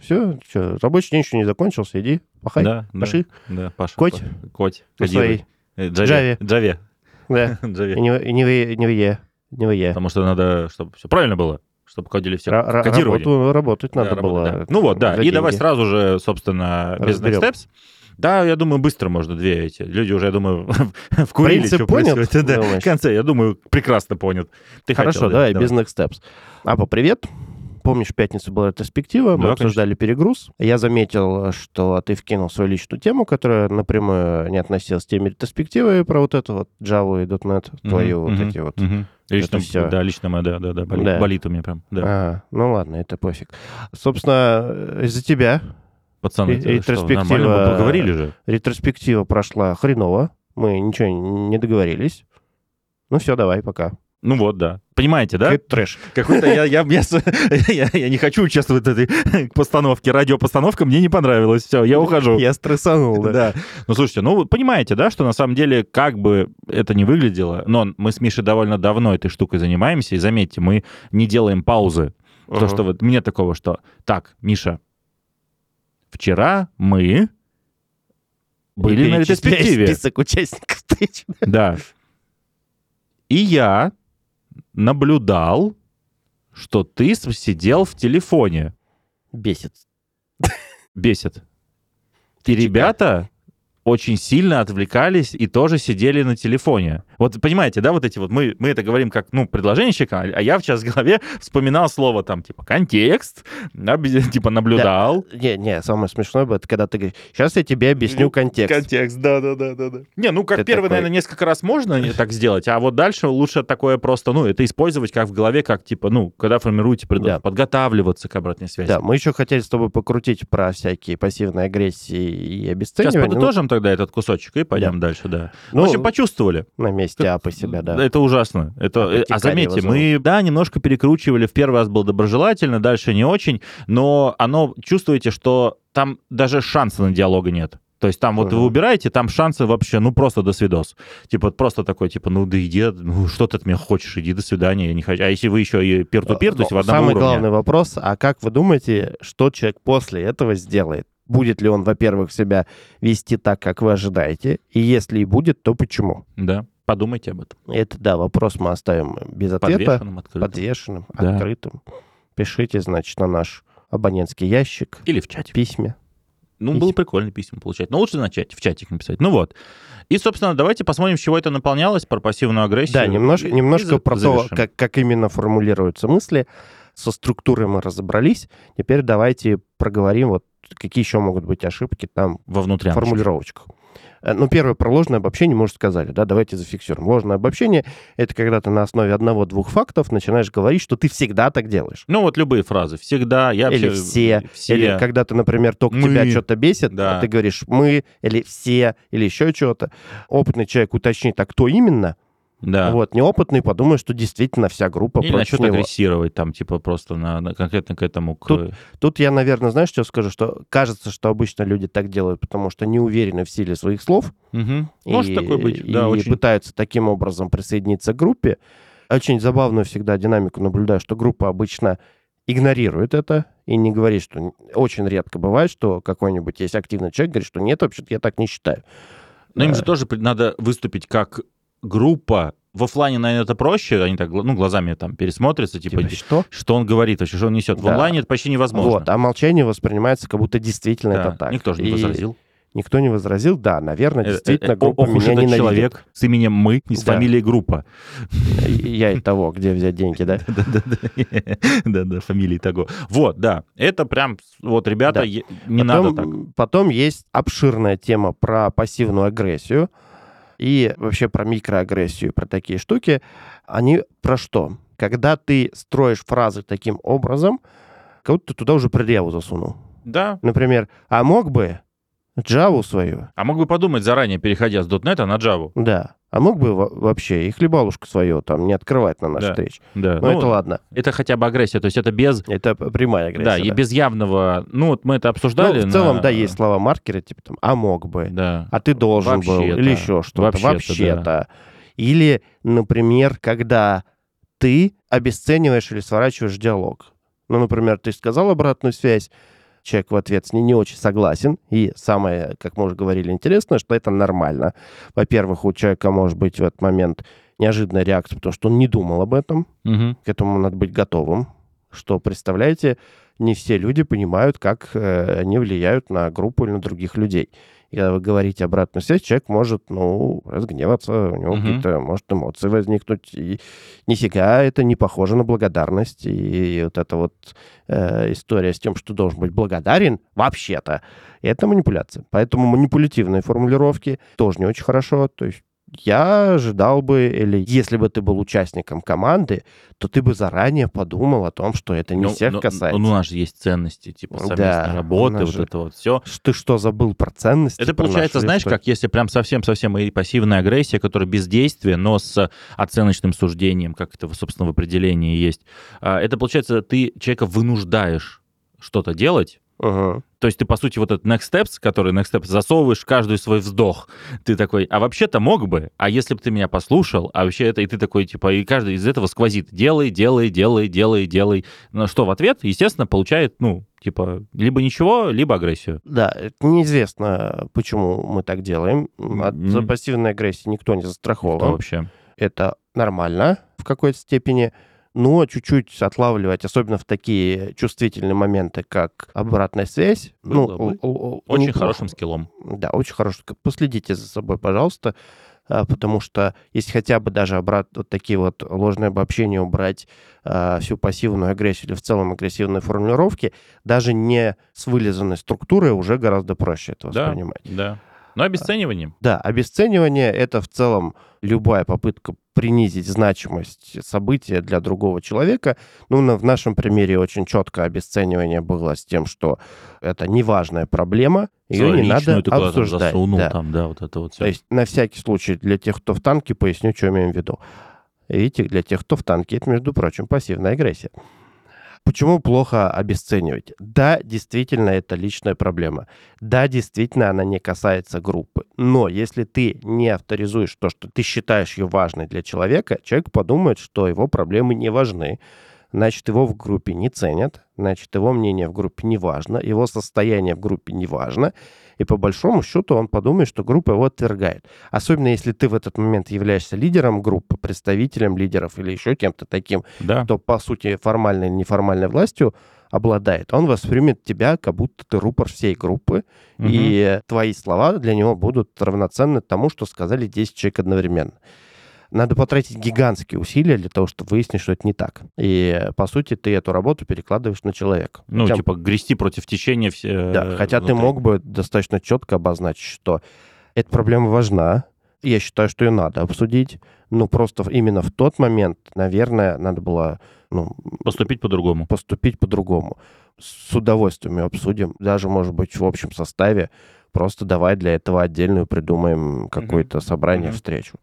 Speaker 1: Все, рабочий день еще не закончился, иди, пахай.
Speaker 2: Да. да,
Speaker 1: Паши.
Speaker 2: Да, Паша.
Speaker 1: Коть.
Speaker 2: Паша. Коть.
Speaker 1: на своей.
Speaker 2: Кодируй. Э, Джаве. Джаве.
Speaker 1: Да.
Speaker 2: Джаве.
Speaker 1: И не, в- и не, в- и не в Е, не в Е.
Speaker 2: Потому что надо, чтобы все правильно было, чтобы кодили все.
Speaker 1: Ра- ра- работу- работать надо было.
Speaker 2: Ну вот, Типа, да.
Speaker 1: за
Speaker 2: И давай
Speaker 1: деньги.
Speaker 2: сразу же, собственно, без next
Speaker 1: Разберем.
Speaker 2: steps. Да, я думаю, быстро можно две эти. Люди уже, я думаю, вкурили,
Speaker 1: Принцип
Speaker 2: что
Speaker 1: понят,
Speaker 2: происходит. Да,
Speaker 1: думаешь?
Speaker 2: в конце, я думаю, прекрасно понят. Ты
Speaker 1: Хорошо,
Speaker 2: хотел, да,
Speaker 1: давай, без next steps. Апа, привет. Помнишь, в пятницу была ретроспектива, мы
Speaker 2: Да,
Speaker 1: обсуждали перегруз. Я заметил, что ты вкинул свою личную тему, которая напрямую не относилась к теме ретроспективы про вот это вот Java и .NET,
Speaker 2: Мгм,
Speaker 1: твою вот
Speaker 2: мгм,
Speaker 1: эти вот.
Speaker 2: мгм. Лично,
Speaker 1: всё.
Speaker 2: да, лично моя, да, да, да, болит,
Speaker 1: Да.
Speaker 2: болит у меня прям, да,
Speaker 1: А, ну ладно, это пофиг. Собственно, из-за тебя
Speaker 2: пацаны,
Speaker 1: и-
Speaker 2: это что,
Speaker 1: ретроспектива-
Speaker 2: нормально, мы поговорили же,
Speaker 1: ретроспектива прошла хреново, мы ничего не договорились. Ну все, давай, пока.
Speaker 2: ну вот, да, понимаете, да,
Speaker 1: Это трэш.
Speaker 2: какой-то я, я, я, с- я- я не хочу участвовать в этой постановке, радиопостановка мне не понравилась, все, я ухожу.
Speaker 1: Я стрессанул, да.
Speaker 2: Да. Ну, слушайте, ну, вы понимаете, да, что на самом деле, как бы это ни выглядело, но мы с Мишей довольно давно этой штукой занимаемся, и заметьте, мы не делаем паузы. То,
Speaker 1: Мгм.
Speaker 2: что вот мне такого, что так, Миша, вчера мы были
Speaker 1: И
Speaker 2: на
Speaker 1: перечисляй
Speaker 2: ретроспективе.
Speaker 1: список участников встречи.
Speaker 2: Да. И я наблюдал, что ты с- сидел в телефоне.
Speaker 1: Бесит.
Speaker 2: Бесит. И ребята очень сильно отвлекались и тоже сидели на телефоне. Вот понимаете, да, вот эти вот, мы, мы это говорим как, ну, предложенщик, а а я сейчас в голове вспоминал слово там, типа, контекст, да, без- типа, наблюдал.
Speaker 1: Не, не, самое смешное было, это когда ты говоришь, сейчас я тебе объясню
Speaker 2: Ну,
Speaker 1: контекст.
Speaker 2: Контекст, да, да, да, да, да. Не, ну как
Speaker 1: Ты
Speaker 2: первый,
Speaker 1: такой-
Speaker 2: наверное, несколько раз можно не так сделать, а вот дальше лучше такое просто, ну, это использовать как в голове, как типа, ну, когда формируете предложение,
Speaker 1: Да.
Speaker 2: подготавливаться к обратной связи.
Speaker 1: Да, мы еще хотели с тобой покрутить про всякие пассивные агрессии и
Speaker 2: Сейчас
Speaker 1: обесценивание. ну,
Speaker 2: подытожим тогда этот кусочек и пойдем дальше, да.
Speaker 1: ну,
Speaker 2: в общем, почувствовали.
Speaker 1: на месте апы себя, да.
Speaker 2: Это ужасно. Это,
Speaker 1: Апотекарь
Speaker 2: а заметьте,
Speaker 1: его зовут.
Speaker 2: мы, да, немножко перекручивали. В первый раз был доброжелательно, дальше не очень. Но оно, чувствуете, что там даже шанса на диалога нет. То есть там вот вы
Speaker 1: Ага.
Speaker 2: убираете, там шансы вообще, ну, просто до свидос. Типа, просто такой, типа, ну, да иди, ну, что ты от меня хочешь, иди до свидания, я не хочу. А если вы еще и пир-ту-пир, то есть э, в
Speaker 1: Но
Speaker 2: одном
Speaker 1: Самый
Speaker 2: уровне.
Speaker 1: главный вопрос, а как вы думаете, что человек после этого сделает? Будет ли он, во-первых, себя вести так, как вы ожидаете? И если и будет, то почему?
Speaker 2: Да, подумайте об этом.
Speaker 1: Это, да, вопрос мы оставим без ответа.
Speaker 2: Подвешенным, открытым.
Speaker 1: Подвешенным,
Speaker 2: Да.
Speaker 1: открытым. Пишите, значит, на наш абонентский ящик
Speaker 2: Или в чате.
Speaker 1: письме.
Speaker 2: Ну,
Speaker 1: Письма.
Speaker 2: было прикольно письма получать. Но лучше начать, в чатик написать. Ну вот. И, собственно, давайте посмотрим, с чего это наполнялось, про пассивную агрессию.
Speaker 1: Да, немножко,
Speaker 2: И- и
Speaker 1: немножко
Speaker 2: за-
Speaker 1: про
Speaker 2: завершим.
Speaker 1: то, как, как именно формулируются мысли. Со структурой мы разобрались. Теперь давайте проговорим, вот какие еще могут быть ошибки там
Speaker 2: Во
Speaker 1: в
Speaker 2: внутряночке.
Speaker 1: формулировочках. Э, Ну, первое, про ложное обобщение мы уже сказали, да, давайте зафиксируем. Ложное обобщение — это когда ты на основе одного-двух фактов начинаешь говорить, что ты всегда так делаешь.
Speaker 2: Ну, вот любые фразы. Всегда, я
Speaker 1: Или
Speaker 2: вообще...
Speaker 1: все,
Speaker 2: все.
Speaker 1: Или когда ты, например, только
Speaker 2: Мы.
Speaker 1: тебя что-то бесит,
Speaker 2: Да.
Speaker 1: а ты говоришь «мы» или «все» или еще что-то. Опытный человек уточнит, а кто именно,
Speaker 2: Да.
Speaker 1: Вот, неопытный подумает, что действительно вся группа
Speaker 2: Или
Speaker 1: против
Speaker 2: насчет
Speaker 1: него.
Speaker 2: агрессировать, там, типа, просто на, на- конкретно к этому... К...
Speaker 1: Тут- Тут я, наверное, знаешь, что скажу, что кажется, что обычно люди так делают, потому что не уверены в силе своих слов.
Speaker 2: Мгм. Может
Speaker 1: и,
Speaker 2: такое быть, да,
Speaker 1: и
Speaker 2: очень.
Speaker 1: пытаются таким образом присоединиться к группе. Очень забавную всегда динамику наблюдаю, что группа обычно игнорирует это и не говорит, что... Очень редко бывает, что какой-нибудь есть активный человек, говорит, что нет, вообще-то я так не считаю.
Speaker 2: Но им
Speaker 1: Да.
Speaker 2: же тоже при- надо выступить как группа. В оффлайне, наверное, это проще. Они так, гл- ну, глазами там пересмотрятся, типа,
Speaker 1: Типа, что?
Speaker 2: что он говорит вообще, что он несет. В
Speaker 1: Да.
Speaker 2: онлайне это почти невозможно.
Speaker 1: Вот, а молчание воспринимается, как будто действительно
Speaker 2: Да.
Speaker 1: это так.
Speaker 2: Никто же не
Speaker 1: И-
Speaker 2: возразил.
Speaker 1: Никто не возразил, да, наверное,
Speaker 2: Э, э,
Speaker 1: действительно
Speaker 2: э,
Speaker 1: группа
Speaker 2: ох уж
Speaker 1: меня
Speaker 2: этот
Speaker 1: ненавидит.
Speaker 2: человек с именем «Мы» и с
Speaker 1: Да.
Speaker 2: фамилией группа.
Speaker 1: Я и того, где взять деньги, да?
Speaker 2: Да-да, фамилии того. Вот, да. Это прям, вот, ребята,
Speaker 1: Да. А
Speaker 2: е- не
Speaker 1: Потом-
Speaker 2: надо так.
Speaker 1: Потом есть обширная тема про пассивную агрессию. и вообще про микроагрессию, про такие штуки, они про что? Когда ты строишь фразы таким образом, как будто ты туда уже прилеву засунул.
Speaker 2: Да.
Speaker 1: Например, а мог бы Джаву свою,
Speaker 2: А мог бы подумать заранее, переходя с .NET на Java.
Speaker 1: да, а мог бы во- вообще и хлебалушку свою там не открывать на нашей
Speaker 2: Да.
Speaker 1: встрече.
Speaker 2: Да.
Speaker 1: Но
Speaker 2: Ну,
Speaker 1: это ладно,
Speaker 2: это хотя бы агрессия, то есть это без...
Speaker 1: это прямая агрессия.
Speaker 2: да, и без явного... Ну, вот мы это
Speaker 1: Ну,
Speaker 2: обсуждали.
Speaker 1: в целом,
Speaker 2: на-
Speaker 1: да, есть слова-маркеры, типа там, а мог бы,
Speaker 2: Да.
Speaker 1: а ты должен был,
Speaker 2: Вообще-то.
Speaker 1: или еще что-то,
Speaker 2: Вообще-то,
Speaker 1: вообще-то.
Speaker 2: да.
Speaker 1: Или, например, когда ты обесцениваешь или сворачиваешь диалог. Ну, например, ты сказал обратную связь, человек в ответ с ней не очень согласен, и самое, как мы уже говорили, интересное, что это нормально. Во-первых, у человека может быть в этот момент неожиданная реакция, потому что он не думал об этом,
Speaker 2: Мгм.
Speaker 1: к этому надо быть готовым, что, представляете, не все люди понимают, как э, они влияют на группу или на других людей. И когда вы говорите обратную связь, человек может, ну, разгневаться, у него
Speaker 2: Мгм.
Speaker 1: какие-то, может, эмоции возникнуть. И нифига это не похоже на благодарность. И, вот эта вот э, история с тем, что должен быть благодарен, вообще-то, это манипуляция. Поэтому манипулятивные формулировки тоже не очень хорошо. То есть я ожидал бы, или если бы ты был участником команды, то ты бы заранее подумал о том, что это не
Speaker 2: Ну,
Speaker 1: всех
Speaker 2: ну,
Speaker 1: касается. Ну
Speaker 2: ну, у нас же есть ценности, типа
Speaker 1: Да,
Speaker 2: совместной
Speaker 1: у
Speaker 2: работы,
Speaker 1: нас
Speaker 2: вот
Speaker 1: же-
Speaker 2: это вот все.
Speaker 1: Ш- Ты что, забыл про ценности?
Speaker 2: а Это
Speaker 1: про
Speaker 2: получается,
Speaker 1: нашу
Speaker 2: знаешь,
Speaker 1: историю?
Speaker 2: как если прям совсем-совсем и пассивная агрессия, которая бездействие, но с оценочным суждением, как это, собственно, в определении есть. А, Это получается, ты человека вынуждаешь что-то делать,
Speaker 1: Мгм.
Speaker 2: то есть ты, по сути, вот этот next steps, который next steps засовываешь в каждый свой вздох. Ты такой, а вообще-то мог бы, а если бы ты меня послушал, а вообще это, и ты такой, типа, и каждый из этого сквозит. Делай, делай, делай, делай, делай. Ну, что в ответ, естественно, получает, ну, типа, либо ничего, либо агрессию.
Speaker 1: Да, это неизвестно, почему мы так делаем. От
Speaker 2: Мгм.
Speaker 1: пассивной агрессии никто не
Speaker 2: Что
Speaker 1: застрахован.
Speaker 2: вообще?
Speaker 1: Это нормально в какой-то степени, но чуть-чуть отлавливать, особенно в такие чувствительные моменты, как обратная связь. ну,
Speaker 2: Было бы
Speaker 1: л- л- л-
Speaker 2: Очень
Speaker 1: неплохо.
Speaker 2: хорошим скиллом.
Speaker 1: ну, Да, очень хорошо. Последите за собой, пожалуйста, а, потому что если хотя бы даже обрат, вот такие вот ложные обобщения убрать, а, всю пассивную агрессию или в целом агрессивные формулировки, даже не с вылизанной структурой уже гораздо проще это
Speaker 2: Да.
Speaker 1: воспринимать.
Speaker 2: Да. Но обесцениванием.
Speaker 1: Да, обесценивание — это в целом любая попытка принизить значимость события для другого человека. Ну, на- в нашем примере очень четко обесценивание было с тем, что это неважная проблема, ее
Speaker 2: Свою
Speaker 1: не
Speaker 2: личную
Speaker 1: надо
Speaker 2: ты куда-то
Speaker 1: обсуждать.
Speaker 2: Засунул
Speaker 1: да.
Speaker 2: там, да, вот это вот все.
Speaker 1: То есть на всякий случай для тех, кто в танке, поясню, что имеем в виду. Видите, для тех, кто в танке, это, между прочим, пассивная агрессия. Почему плохо обесценивать? Да, действительно, это личная проблема. Да, действительно, она не касается группы. Но если ты не авторизуешь то, что ты считаешь ее важной для человека, человек подумает, что его проблемы не важны. Значит, его в группе не ценят, значит, его мнение в группе не важно, его состояние в группе не важно. И по большому счету он подумает, что группа его отвергает. Особенно если ты в этот момент являешься лидером группы, представителем лидеров или еще кем-то таким,
Speaker 2: да.
Speaker 1: кто, по сути, формальной или неформальной властью обладает, он воспримет тебя, как будто ты рупор всей группы,
Speaker 2: Мгм.
Speaker 1: и твои слова для него будут равноценны тому, что сказали 10 человек одновременно. Надо потратить гигантские усилия для того, чтобы выяснить, что это не так. И, по сути, ты эту работу перекладываешь на человека.
Speaker 2: Ну,
Speaker 1: Хотя-
Speaker 2: типа, грести против течения все. э,
Speaker 1: да, хотя ты мог бы достаточно четко обозначить, что эта проблема важна, я считаю, что ее надо обсудить, но просто в- именно в тот момент, наверное, надо было ну,
Speaker 2: поступить по-другому.
Speaker 1: поступить по-другому. С удовольствием ее обсудим, даже, может быть, в общем составе. Просто давай для этого отдельную придумаем какое-то собрание,
Speaker 2: Мгм.
Speaker 1: встречу.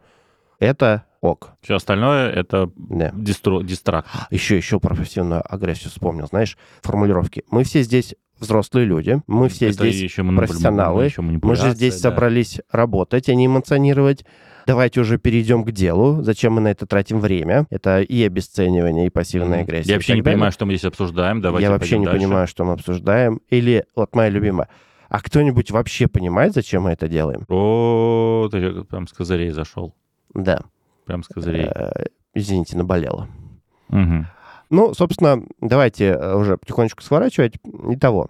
Speaker 1: Это ок.
Speaker 2: Все остальное это
Speaker 1: Да.
Speaker 2: дистро- дистракт.
Speaker 1: Еще, еще про пассивную агрессию вспомнил, знаешь, формулировки. Мы все здесь взрослые люди, мы все
Speaker 2: Это
Speaker 1: здесь
Speaker 2: еще манипуля-
Speaker 1: профессионалы.
Speaker 2: еще
Speaker 1: Мы же
Speaker 2: манипуляция,
Speaker 1: здесь
Speaker 2: да.
Speaker 1: собрались работать, а не эмоционировать. Давайте уже перейдем к делу. Зачем мы на это тратим время? Это и обесценивание, и пассивная
Speaker 2: Мгм.
Speaker 1: агрессия.
Speaker 2: Я
Speaker 1: и
Speaker 2: вообще
Speaker 1: так
Speaker 2: не
Speaker 1: далее.
Speaker 2: понимаю, что мы здесь обсуждаем. Давайте
Speaker 1: Я вообще
Speaker 2: пойдем
Speaker 1: не
Speaker 2: дальше.
Speaker 1: понимаю, что мы обсуждаем. Или вот моя любимая. А кто-нибудь вообще понимает, зачем мы это делаем?
Speaker 2: О, ты прям с козырей зашел.
Speaker 1: Да.
Speaker 2: Прям с козырей.
Speaker 1: Э, Извините, наболело.
Speaker 2: Мгм.
Speaker 1: Ну, собственно, давайте э, уже потихонечку сворачивать. Итого,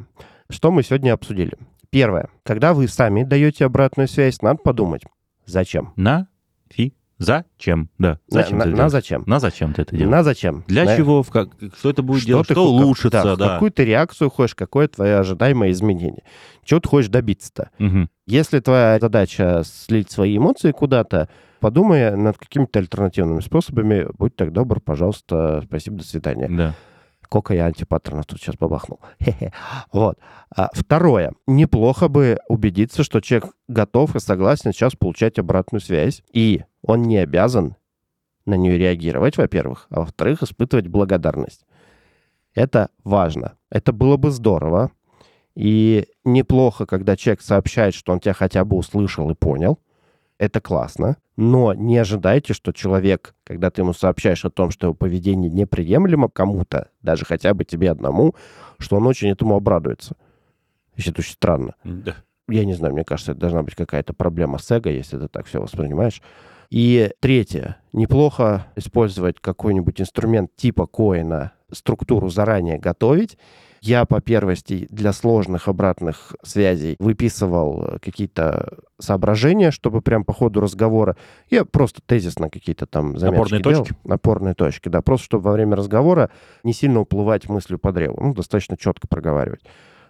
Speaker 1: что мы сегодня обсудили? Первое. Когда вы сами даете обратную связь, надо подумать, зачем.
Speaker 2: На фига. Зачем? Да.
Speaker 1: на, на-
Speaker 2: Зачем ты это
Speaker 1: на
Speaker 2: делаешь?
Speaker 1: зачем?
Speaker 2: На зачем ты это делаешь?
Speaker 1: На зачем?
Speaker 2: Для
Speaker 1: На-
Speaker 2: чего? В как, что это будет
Speaker 1: Что
Speaker 2: делать?
Speaker 1: ты
Speaker 2: Что
Speaker 1: хо- как-
Speaker 2: улучшится? Да.
Speaker 1: да, Какую ты реакцию хочешь, какое твое ожидаемое изменение? Чего ты хочешь добиться-то?
Speaker 2: Мгм.
Speaker 1: Если твоя задача слить свои эмоции куда-то, подумай над какими-то альтернативными способами. Будь так добр, пожалуйста, спасибо, до свидания.
Speaker 2: Да.
Speaker 1: Сколько я антипаттерна тут сейчас бабахнул. Хе-хе. Вот. А, второе. Неплохо бы убедиться, что человек готов и согласен сейчас получать обратную связь. И он не обязан на нее реагировать, во-первых, а во-вторых, испытывать благодарность. Это важно. Это было бы здорово. И неплохо, когда человек сообщает, что он тебя хотя бы услышал и понял. Это классно. Но не ожидайте, что человек, когда ты ему сообщаешь о том, что его поведение неприемлемо кому-то, даже хотя бы тебе одному, что он очень этому обрадуется. Вообще, Это очень странно
Speaker 2: Да.
Speaker 1: я не знаю, мне кажется, это должна быть какая-то проблема с эго, если ты так все воспринимаешь. И третье. Неплохо использовать какой-нибудь инструмент типа коина, структуру заранее готовить. Я по первости для сложных обратных связей выписывал э, какие-то соображения, чтобы прям по ходу разговора... Я просто тезисно какие-то там заметки
Speaker 2: Опорные
Speaker 1: делал.
Speaker 2: точки?
Speaker 1: Опорные точки, да. Просто чтобы во время разговора не сильно уплывать мыслью по древу. Ну, достаточно четко проговаривать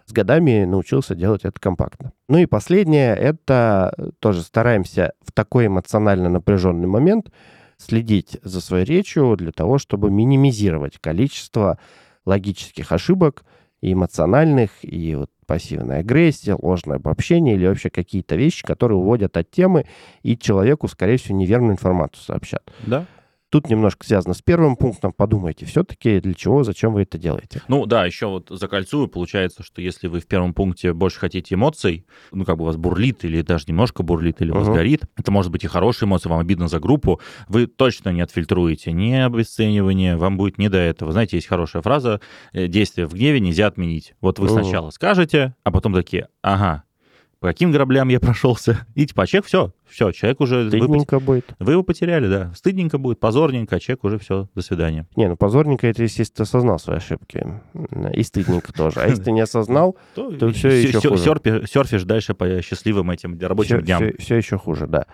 Speaker 1: с годами научился делать это компактно. Ну и последнее, это э, тоже стараемся в такой эмоционально напряженный момент следить за своей речью для того, чтобы минимизировать количество логических ошибок и эмоциональных, и вот пассивная агрессия, ложное обобщение или вообще какие-то вещи, которые уводят от темы и человеку, скорее всего, неверную информацию сообщат.
Speaker 2: Да.
Speaker 1: Тут немножко связано с первым пунктом. Подумайте все-таки, для чего, зачем вы это делаете.
Speaker 2: Ну да, еще вот закольцую, получается, что если вы в первом пункте больше хотите эмоций, ну как бы у вас бурлит или даже немножко бурлит, или у вас
Speaker 1: Мгм.
Speaker 2: горит, это может быть и хорошие эмоции, вам обидно за группу, вы точно не отфильтруете ни обесценивание, вам будет не до этого. Знаете, есть хорошая фраза, э, действие в гневе нельзя отменить. Вот вы
Speaker 1: Мгм.
Speaker 2: сначала скажете, а потом такие, ага, по каким граблям я прошелся? И типа, а человек все, все, человек уже... вы пот-
Speaker 1: Стыдненько будет.
Speaker 2: Вы его потеряли, да. Стыдненько будет, позорненько, а человек уже все, до свидания.
Speaker 1: Не, ну позорненько это, если ты осознал свои ошибки. И стыдненько тоже. А если ты не осознал,
Speaker 2: То,
Speaker 1: То всё ещё хуже.
Speaker 2: серфи- серфишь дальше по счастливым этим рабочим
Speaker 1: все,
Speaker 2: дням.
Speaker 1: еще хуже, да.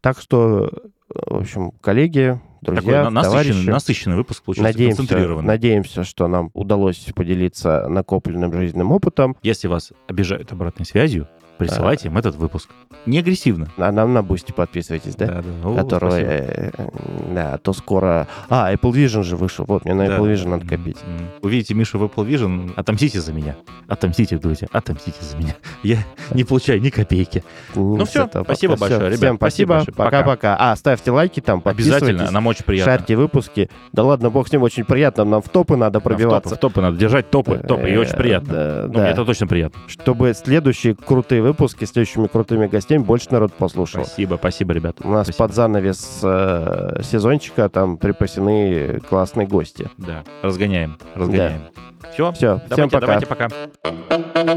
Speaker 1: Так что, э, в общем, коллеги,
Speaker 2: Такой
Speaker 1: друзья,
Speaker 2: на- насыщенный,
Speaker 1: товарищи,
Speaker 2: насыщенный выпуск получился,
Speaker 1: надеемся,
Speaker 2: концентрированный.
Speaker 1: надеемся, что нам удалось поделиться накопленным жизненным опытом,
Speaker 2: Если вас обижают обратной связью, присылайте им этот выпуск. Не агрессивно.
Speaker 1: а нам на бусте подписывайтесь, да?
Speaker 2: Да-да. О,
Speaker 1: Которого,
Speaker 2: спасибо.
Speaker 1: э, э, да, а то скоро... А, Apple Vision же вышел. Вот, мне на
Speaker 2: Да.
Speaker 1: Apple Vision надо копить.
Speaker 2: М, м. Увидите Мишу в Apple Vision, отомстите за меня. Отомстите, друзья, отомстите за меня. Я не получаю ни копейки.
Speaker 1: Ну
Speaker 2: всё, спасибо большое, ребят,
Speaker 1: Всем
Speaker 2: спасибо
Speaker 1: спасибо.
Speaker 2: большое, пока.
Speaker 1: Пока-пока. А, ставьте лайки там,
Speaker 2: Обязательно,
Speaker 1: подписывайтесь.
Speaker 2: нам очень приятно.
Speaker 1: Шарьте выпуски. Да ладно, бог с ним, очень приятно. Нам в топы надо
Speaker 2: А в топы,
Speaker 1: пробиваться.
Speaker 2: В топы надо держать, топы, топы, и очень
Speaker 1: Э,
Speaker 2: приятно.
Speaker 1: Да,
Speaker 2: Ну,
Speaker 1: да.
Speaker 2: это точно приятно.
Speaker 1: Чтобы следующие крутые выпуски с следующими крутыми гостями больше народ послушал.
Speaker 2: Спасибо, спасибо, ребята.
Speaker 1: У нас
Speaker 2: Спасибо.
Speaker 1: под занавес э, сезончика там припасены классные гости.
Speaker 2: Да, разгоняем, разгоняем. Все,
Speaker 1: Все, всем
Speaker 2: давайте,
Speaker 1: пока.
Speaker 2: давайте, пока.